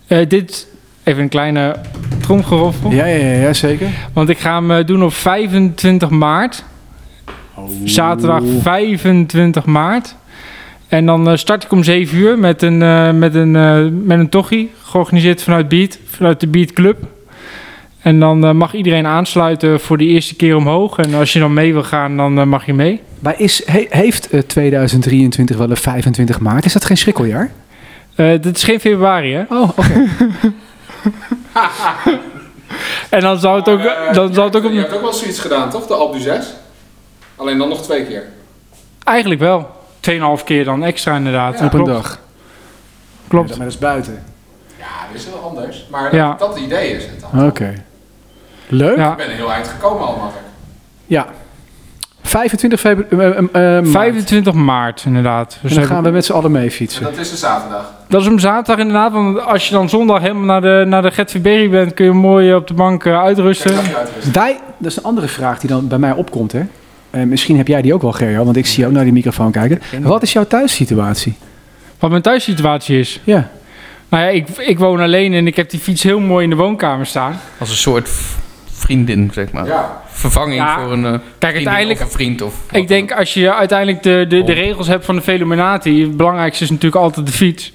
S6: Eh, dit, even een kleine tromgeroffel.
S2: Ja, ja, ja, ja, zeker.
S6: Want ik ga hem eh, doen op 25 maart.
S2: Oh.
S6: Zaterdag 25 maart. En dan eh, start ik om 7 uur met een, eh met een, eh, met een tochie. Georganiseerd vanuit Beat, vanuit de Beat Club. En dan eh, mag iedereen aansluiten voor de eerste keer omhoog. En als je dan mee wil gaan, dan eh, mag je mee.
S2: Maar is, he- heeft eh, 2023 wel een 25 maart? Is dat geen schrikkeljaar?
S6: Eh dit is geen februari, hè?
S2: Oh, oké.
S6: En dan zou het ook, eh, dan zou het ook
S4: Je
S6: op,
S4: hebt ook wel zoiets gedaan, toch? De Albu 6? Alleen dan nog twee keer.
S6: eigenlijk wel. 2,5 keer dan extra inderdaad.
S2: Op een
S6: klopt,
S2: dag.
S6: Klopt.
S2: Maar dat is buiten.
S4: Ja, dat is wel anders. Maar
S6: Ja.
S4: dat, dat idee is het dan.
S2: Oké. Leuk. Ja.
S6: Ja.
S4: Ik ben er heel eind gekomen al, Mark.
S2: 25 februari.
S6: 25 maart, inderdaad. Dus
S2: eh, En dan
S6: heb ik-
S2: gaan we met z'n allen mee
S4: En
S2: fietsen.
S4: dat is een zaterdag.
S6: Dat is om zaterdag inderdaad, want als je dan zondag helemaal naar de, naar de Gertverberg bent, kun je mooi eh, op de bank eh,
S4: Kijk,
S6: uitrusten.
S4: dagje uitrusten.
S2: Wij, dat is een andere vraag die dan bij mij opkomt, hè? Eh, misschien heb jij die ook wel, Gerjo, want ik zie jou naar die microfoon kijken. Wat is jouw thuissituatie?
S6: Wat mijn thuissituatie is.
S2: Ja.
S6: Nou ja, ik, ik woon alleen en ik heb die fiets heel mooi in de woonkamer staan.
S5: Als een soort v- vriendin, zeg maar. Vervanging
S6: Ja.
S5: voor een eh,
S6: Kijk,
S5: vriendin
S6: uiteindelijk...
S5: of een Oh. vriend. Of wat
S6: Ik denk als je uiteindelijk de, de, de regels hebt van de Veluminati, het belangrijkste is natuurlijk altijd de fiets.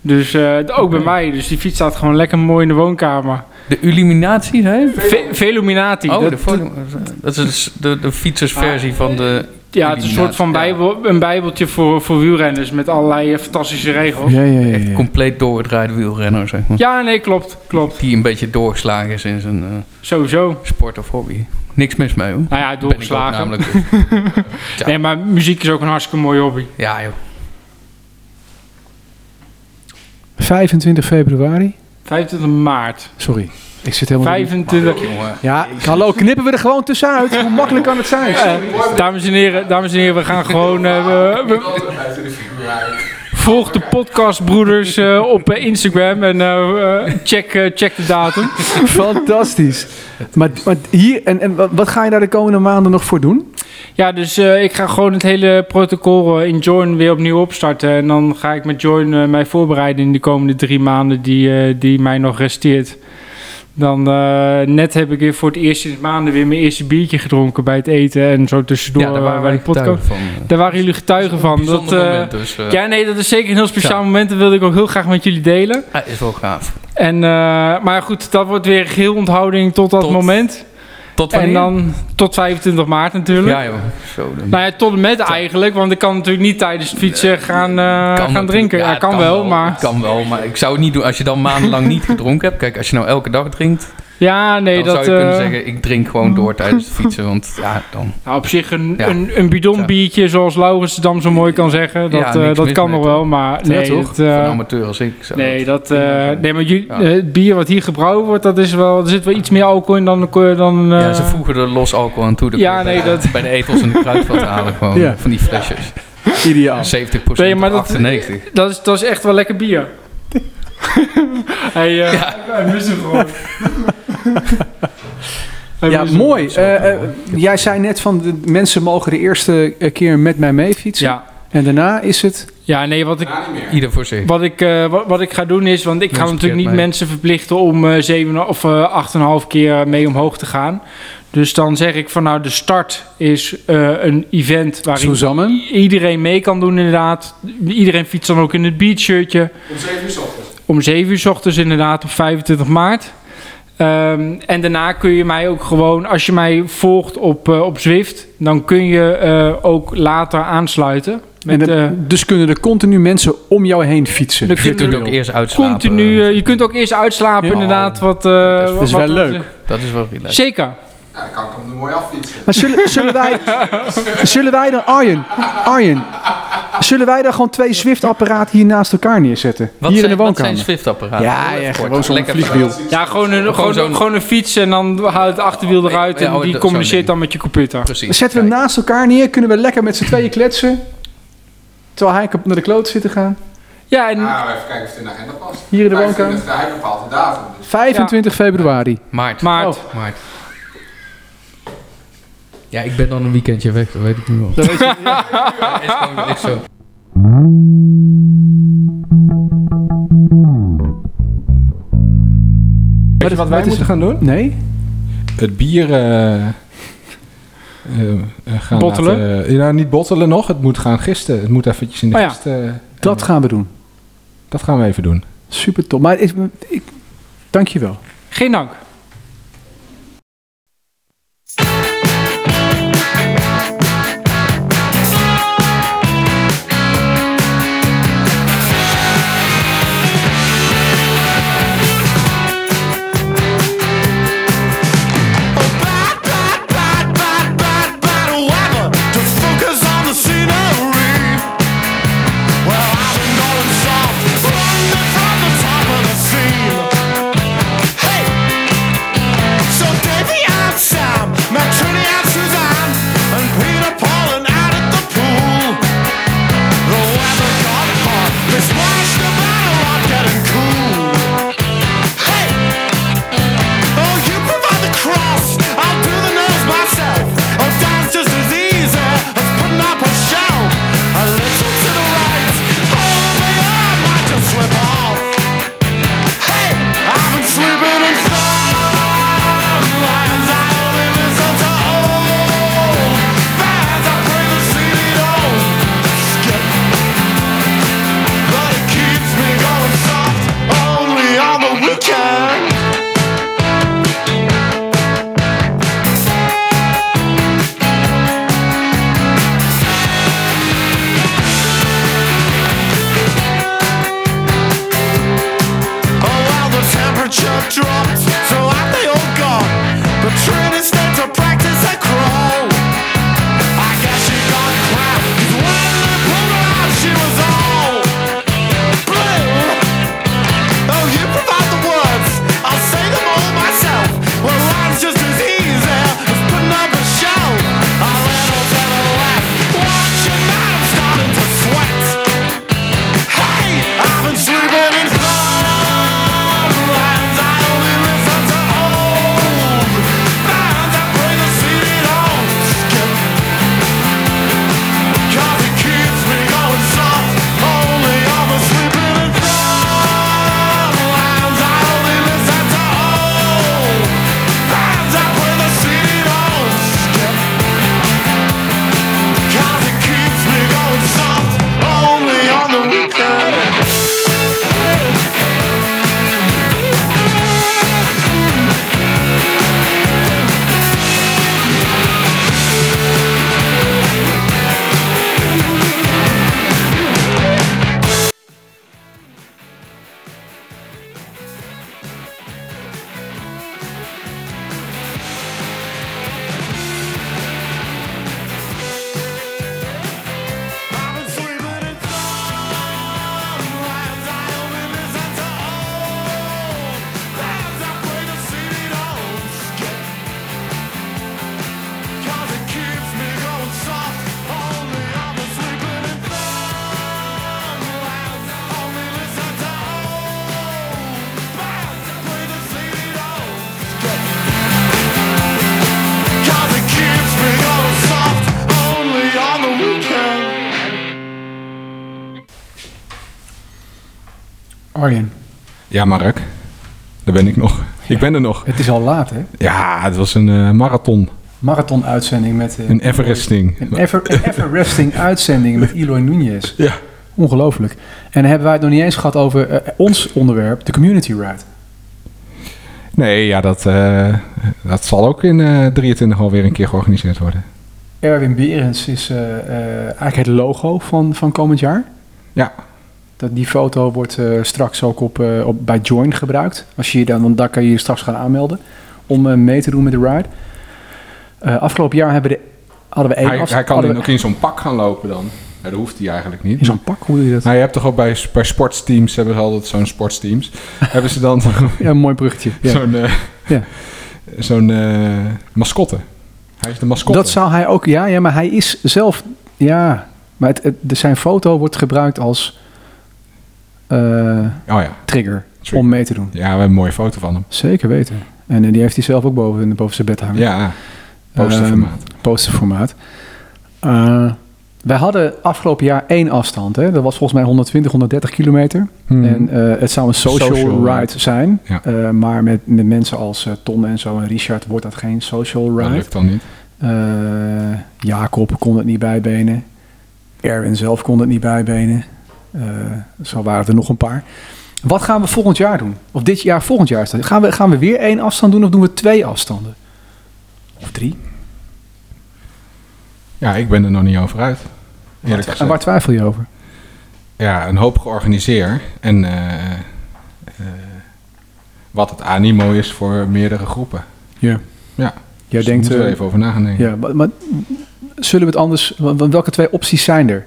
S6: Dus eh, ook bij mij, dus die fiets staat gewoon lekker mooi in de woonkamer.
S5: dan ook. De illuminatie, hè?
S6: Ve- Veluminati,
S5: Oh,
S6: dat-
S5: de, volume- dat is dus de, de fietsersversie van de...
S6: ja, het is een soort van
S5: Illuminatie,
S6: bijbel, een bijbeltje voor, voor wielrenners met allerlei eh, fantastische regels.
S2: ja, ja,
S5: Echt compleet doorgedraaide wielrenner, zeg maar.
S6: Ja, nee, klopt, klopt,
S5: Die een beetje doorgeslagen is in zijn eh,
S6: sowieso.
S5: sport of hobby. Niks mis mee, hoor.
S6: Nou ja,
S5: Ben ik ook
S6: doorgeslagen.
S5: namelijk. ja.
S6: Nee, maar muziek is ook een hartstikke mooie hobby.
S5: Ja, joh.
S2: 25 februari.
S6: 25 maart.
S2: Sorry, ik zit helemaal niet-
S6: 25.
S5: jongen.
S2: Ja, hallo, knippen we er gewoon tussenuit. Hoe makkelijk kan het zijn?
S6: Eh, dames, en heren, dames en heren, we gaan gewoon. eh, we- we- volg de podcastbroeders eh, op eh, Instagram en eh, eh, check, eh, check de datum.
S2: Fantastisch. Maar, maar hier, en, en wat- wat ga je daar de komende maanden nog voor doen?
S6: Ja, dus eh, ik ga gewoon het hele protocol eh, in Join weer opnieuw opstarten. En dan ga ik met Join eh, mij voorbereiden in de komende drie maanden die, eh, die mij nog resteert. Dan eh, net heb ik weer voor het eerst sinds maanden weer mijn eerste biertje gedronken bij het eten. En zo tussendoor
S5: ja, daar
S6: eh,
S5: waren
S6: bij
S5: wij
S6: de podcast.
S5: getuigen van.
S6: Daar waren jullie getuigen van. Dat,
S5: Bijzonder
S6: eh,
S5: moment, dus. eh,
S6: Ja, nee, dat is zeker een heel speciaal moment. Dat wilde ik ook heel graag met jullie delen.
S5: hij is wel gaaf.
S6: En, eh, maar goed, dat wordt weer geheel onthouding tot dat
S5: Tot
S6: moment.
S5: Tot
S6: En
S5: wanneer?
S6: dan tot 25 maart natuurlijk.
S5: Ja, joh. Zo, dus. dan
S6: Nou ja, tot en met eigenlijk, want ik kan natuurlijk niet tijdens het fietsen gaan, eh, gaan
S5: natuurlijk.
S6: drinken. Ja,
S5: het
S6: kan, wel, maar...
S5: Kan wel, maar ik zou het niet doen als je dan maandenlang niet gedronken hebt. Kijk, als je nou elke dag drinkt,
S6: Ja, nee,
S5: dan zou
S6: dat...
S5: je kunnen
S6: eh,
S5: zeggen, ik drink gewoon door tijdens het fietsen. Want ja, dan...
S6: nou, op zich een,
S5: Ja.
S6: een, een bidon
S5: Ja.
S6: biertje, zoals Laurens het dan zo mooi kan zeggen. Dat,
S5: Ja,
S6: eh,
S5: niks
S6: dat
S5: mis
S6: kan
S5: mee,
S6: nog wel, maar... Nee,
S5: toch?
S6: het,
S5: Voor
S6: eh,
S5: een amateur als ik. Zou
S6: Nee,
S5: dat-
S6: dat, eh, nee maar jullie-
S5: Ja.
S6: eh, het bier wat hier gebrouwen wordt, dat is wel, er zit wel iets meer alcohol in dan... eh, dan eh,
S5: ja, ze voegen er los alcohol aan toe. Dat
S6: Ja,
S5: kun je
S6: nee,
S5: bij,
S6: dat-
S5: Bij de etels en de kruidvat halen gewoon,
S2: Ja.
S5: van die flesjes.
S2: Ideaal.
S5: 70%
S6: Nee, maar
S5: of
S6: dat-
S5: 98.
S6: dat, is, dat is echt wel lekker bier. hij, eh hij mist hem gewoon. Hij
S2: Ja,
S6: mist hem.
S2: mooi. Eh, eh, jij zei net van de mensen mogen de eerste keer met mij mee fietsen.
S6: Ja.
S2: En daarna is het.
S6: ja, nee, wat ik,
S5: Ieder voor zich.
S6: Wat ik, eh, wat, wat ik ga doen is, want ik ga
S5: Mensen
S6: natuurlijk niet
S5: verkeerd mee.
S6: mensen verplichten om eh, zeven of eh, acht en een half keer mee omhoog te gaan. Dus dan zeg ik van nou, de start is eh, een event waarin
S2: Suzanne?
S6: i- iedereen mee kan doen inderdaad. Iedereen fietst dan ook in het beachshirtje. Om 7 uur s ochtends. Om 7 uur s ochtends inderdaad, op 25 maart. Ehm, en daarna kun je mij ook gewoon, als je mij volgt op, eh, op Zwift, dan kun je eh, ook later aansluiten.
S2: En
S6: Met,
S2: dan-
S6: eh,
S2: dus kunnen er continu mensen om jou heen fietsen.
S6: Dan
S5: Je
S6: kunnen
S5: kunt
S6: we-
S5: ook eerst uitslapen.
S6: Continu, eh, je kunt ook eerst uitslapen
S2: Ja.
S6: inderdaad. Wat,
S5: is
S6: dus
S2: wel leuk.
S5: Dat is wel relaxed.
S6: zeker.
S4: Ja, dan kan ik hem er mooi affietsen.
S2: Maar zullen, zullen, wij, zullen wij dan, Arjen, Arjen, zullen wij dan gewoon twee Zwift-apparaten hier naast elkaar neerzetten?
S5: Wat
S2: hier in
S5: zijn-
S2: de
S5: wat zijn
S2: woonkamer.
S5: Zwift-apparaten?
S2: Ja,
S5: Heel
S2: ja,
S5: even kort.
S2: gewoon zo'n
S5: Lekker
S2: vliegwiel.
S6: Ja, gewoon een, gewoon,
S5: zo'n-
S6: gewoon een fiets en dan haal je het achterwiel eruit
S5: Ja,
S6: en
S5: oh,
S6: die
S5: dat-
S6: communiceert
S5: zo'n
S6: dan met je computer.
S5: Precies.
S2: Zetten we hem naast elkaar neer, kunnen we lekker met z'n tweeën kletsen. Terwijl hij naar de kloot zit te gaan.
S6: Ja, en
S4: Nou, even kijken of het in de agenda past.
S2: Hier in de woonkamer.
S4: 25, Hij bepaalt de datum. dus.
S2: 25 februari.
S5: Maart.
S6: maar
S2: Oh.
S5: Maart. Ja, ik ben dan een weekendje weg, dat weet ik nu wel. Ja, is gewoon echt zo.
S4: Weet je wat wij moeten gaan doen?
S2: Nee?
S4: Het bier eh, eh, eh, gaan
S6: Bottelen?
S4: laten- eh, ja, niet bottelen nog. Het moet gaan gisten. Het moet eventjes in de
S6: Oh ja.
S4: gist. eh,
S2: Dat gaan we doen.
S4: dat gaan we even doen.
S2: Super top. Maar ik, ik, dankjewel.
S6: geen dank.
S7: Hey! Oh, uh, Oh, oh,
S2: Arjen,
S4: Ja, Mark. Daar ben ik nog. Ik ben er nog.
S2: het is al laat, hè?
S4: Ja, het was een eh, marathon.
S2: Marathon-uitzending met... eh,
S4: Een Everesting.
S2: Een ever, een everesting uitzending met Eloy Nunez.
S4: Ja.
S2: Ongelooflijk. En dan hebben wij het nog niet eens gehad over eh, ons onderwerp, de community ride.
S4: Nee, ja, dat, eh, dat zal ook in eh 23 alweer een keer georganiseerd worden.
S2: Erwin Berends is eh, eh, eigenlijk het logo van, van komend jaar.
S4: Ja.
S2: Dat, die foto wordt eh, straks ook op, eh, op, bij Join gebruikt. Als je je dan, want daar kan je je straks gaan aanmelden om eh, mee te doen met de ride. Eh, afgelopen jaar hebben we de, hadden we één
S4: Hij,
S2: afs-
S4: hij kan
S2: hadden
S4: in,
S2: we-
S4: ook in zo'n pak gaan lopen dan. Ja, dat hoeft hij eigenlijk niet.
S2: in zo'n pak, hoe doe je dat?
S4: Nou, je hebt toch ook bij, bij sportsteams, hebben ze altijd zo'n sportsteams. hebben ze dan
S2: Ja, een mooi bruggetje. Ja.
S4: zo'n eh,
S2: Ja.
S4: zo'n, eh, mascotte. Hij is de mascotte.
S2: Dat zou hij ook, ja, ja, maar hij is zelf, ja, maar het, het- de- zijn foto wordt gebruikt als eh,
S4: Oh ja.
S2: trigger
S4: Trigger.
S2: om mee te doen.
S4: ja, we hebben een mooie foto van hem.
S2: Zeker weten. En eh, die heeft hij zelf ook boven, boven zijn bed hangen.
S4: Ja,
S2: Ehm,
S4: posterformaat.
S2: Posterformaat. Eh, wij hadden afgelopen jaar één afstand. Hè? Dat was volgens mij 120, 130 kilometer.
S4: Hmm.
S2: En eh, het zou een social,
S4: Social
S2: ride,
S4: ride.
S2: zijn.
S4: Ja.
S2: Eh, maar met, met mensen als eh, Ton en zo en Richard wordt dat geen social
S4: dat
S2: ride.
S4: lukt dan niet.
S2: Eh, Jacob kon het niet bijbenen. Erwin zelf kon het niet bijbenen. Eh, zo waren er nog een paar. Wat gaan we volgend jaar doen? Of dit jaar, volgend jaar? is dat. Gaan we, gaan we weer één afstand doen of doen we twee afstanden? Of drie?
S4: Ja, ik ben er nog niet over uit. Eerlijk
S2: En
S4: gezegd.
S2: waar twijfel je over?
S4: Ja, een hoop georganiseerd. En eh, eh, wat het animo is voor meerdere groepen.
S2: Ja.
S4: Ja.
S2: Jij
S4: Dus
S2: denkt...
S4: daar moeten we
S2: eh,
S4: even over na gaan denken.
S2: ja, maar, maar zullen we het anders... wa- wa- Welke twee opties zijn er?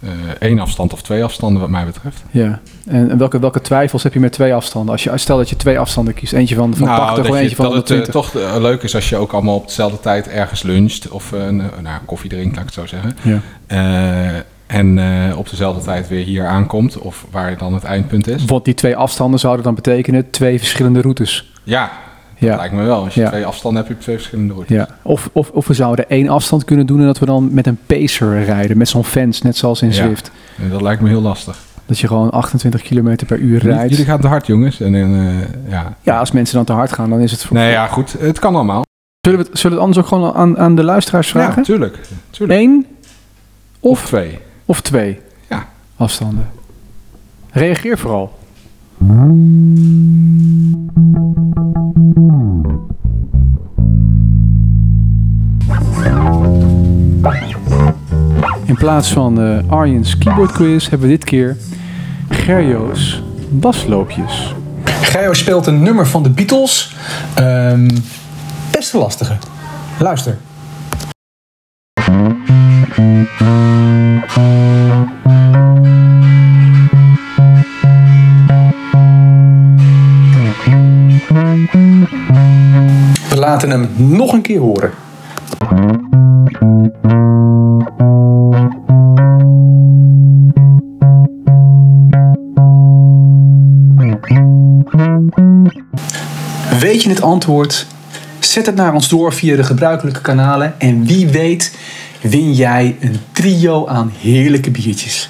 S4: Eh, één afstand of twee afstanden wat mij betreft.
S2: Ja. En, en welke, welke twijfels heb je met twee afstanden? Als je, stel dat je twee afstanden kiest. Eentje van, van 80
S4: Nou, dat,
S2: en
S4: je-
S2: eentje van
S4: dat het eh,
S2: 120.
S4: toch eh, leuk is als je ook allemaal op dezelfde tijd ergens luncht. Of eh, een, eh, nou, koffie drinkt, laat ik het zo zeggen.
S2: ja.
S4: Eh, en eh, op dezelfde tijd weer hier aankomt. Of waar dan het eindpunt is.
S2: Want die twee afstanden zouden dan betekenen twee verschillende routes.
S4: Ja, dat
S2: Ja.
S4: lijkt me wel. Als je
S2: Ja.
S4: twee afstanden hebt, heb je twee verschillende routes.
S2: ja. Of, of, of we zouden één afstand kunnen doen en dat we dan met een pacer rijden. Met zo'n fence, net zoals in
S4: Ja.
S2: Zwift.
S4: En Dat lijkt me heel lastig.
S2: Dat je gewoon 28 km per uur
S4: Jullie
S2: rijdt.
S4: gaan te hard, jongens. En, eh, ja.
S2: Ja, als mensen dan te hard gaan, dan is het... voor-
S4: Nee, ja, goed. Het kan allemaal.
S2: Zullen, we het, zullen we het anders ook gewoon aan, aan de luisteraars
S4: Ja,
S2: vragen?
S4: tuurlijk. tuurlijk.
S2: Eén
S4: Of twee.
S2: of twee
S4: Ja.
S2: afstanden. Reageer vooral. In plaats van eh, Arjen's keyboard quiz hebben we dit keer Gerjo's basloopjes.
S9: Gerjo speelt een nummer van de Beatles. Ehm best een lastige. Luister. We laten hem nog een keer horen.
S2: Weet je het antwoord? Zet het naar ons door via de gebruikelijke kanalen. En wie weet win jij een trio aan heerlijke biertjes.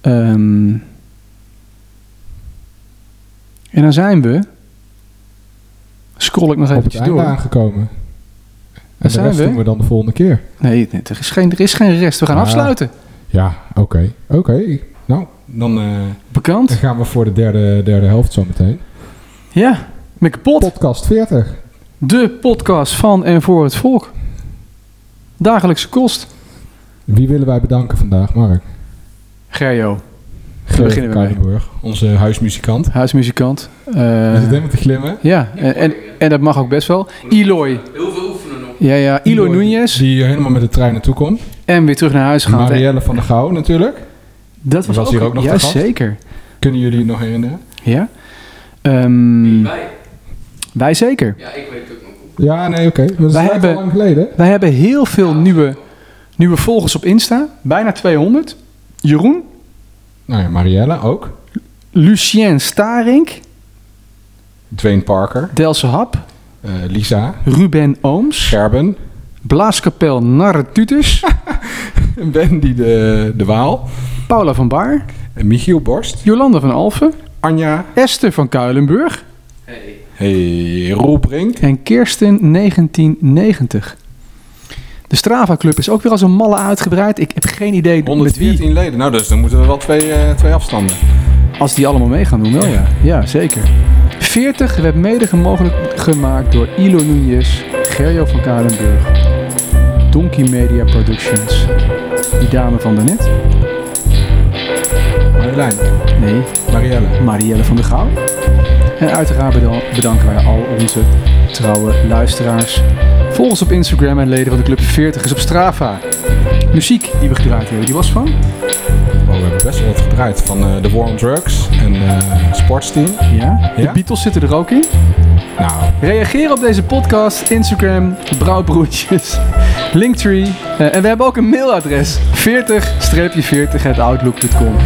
S2: Ehm, en dan zijn we... Scroll ik nog
S3: Op het
S2: eventjes
S3: einde
S2: door.
S3: aangekomen. En de
S2: zijn
S3: rest
S2: we.
S3: doen we dan de volgende keer.
S2: Nee, nee, er is geen, er is geen rest. We gaan
S3: Ah.
S2: afsluiten.
S3: Ja, oké. Oké. Nou, dan eh, dan
S2: Bekend?
S3: gaan we voor de derde, derde helft zometeen.
S2: Ja, ik ben kapot.
S3: Podcast 40.
S2: De podcast van en voor het volk. Dagelijkse kost.
S3: Wie willen wij bedanken vandaag, Mark?
S2: Gerjo, beginnen we mee.
S3: Koudenburg.
S4: Onze huismuzikant.
S2: huismuzikant. Eh,
S3: Met het helemaal te glimmen.
S2: ja, en, en, en dat mag ook best wel. Eloy.
S5: Heel veel oefenen nog.
S2: Ja, ja, Eloy Nunez.
S3: Die hier helemaal met de trein naartoe komt.
S2: En weer terug naar huis gaat. hè.
S3: Marielle van der Gouw natuurlijk.
S2: Dat was,
S3: was
S2: ook,
S3: hier ook nog
S2: ja,
S3: te gast?
S2: zeker.
S3: Kunnen jullie het nog herinneren?
S2: Ja. Ehm,
S5: Wij?
S2: wij zeker.
S5: Ja, ik weet het ook nog.
S3: Ja, nee, oké. Maar Dat is
S2: Wij
S3: echt
S2: hebben-
S3: al lang geleden.
S2: Wij hebben heel veel nieuwe, nieuwe volgers op Insta. Bijna 200. Jeroen,
S4: Nou ja, Marielle ook.
S2: Lucien Starink,
S4: Dwayne Parker.
S2: Delse Hap,
S4: eh, Lisa.
S2: Ruben Ooms,
S4: Gerben.
S2: Blaaskapel Narretutus,
S4: Wendy de, de Waal.
S2: Paula van Baar,
S4: En Michiel Borst.
S2: Jolanda van Alphen,
S4: Anja.
S2: Esther van Kuilenburg
S4: Hey, Roel Brink.
S2: en Kirsten 1990. De Strava Club is ook weer als een malle uitgebreid. Ik heb geen idee met wie.
S4: 114 leden. Nou, dus dan moeten we wel twee, eh, twee afstanden.
S2: Als die allemaal mee gaan doen, wel ja. Ja, zeker. 40 werd mede mogelijk gemaakt door Ilo Nunez, Gerjo van Kalenburg, Donkey Media Productions, die dame van daarnet.
S4: Marjolein.
S2: Nee,
S4: Marielle.
S2: Marielle van der Gouw. En uiteraard bedan- bedanken wij al onze trouwe luisteraars. Volg ons op Instagram en leden van de Club 40 is op Strava. Muziek die we gedraaid hebben, die was van?
S4: Oh, we hebben best wel wat gedraaid van eh The War on Drugs en eh, Sportsteam.
S2: Ja. De
S4: Ja.
S2: Beatles zitten er ook in.
S4: Nou,
S2: Reageer op deze podcast, Instagram, Brouwbroertjes, Linktree. Eh, en we hebben ook een mailadres: 40-40-outlook.com.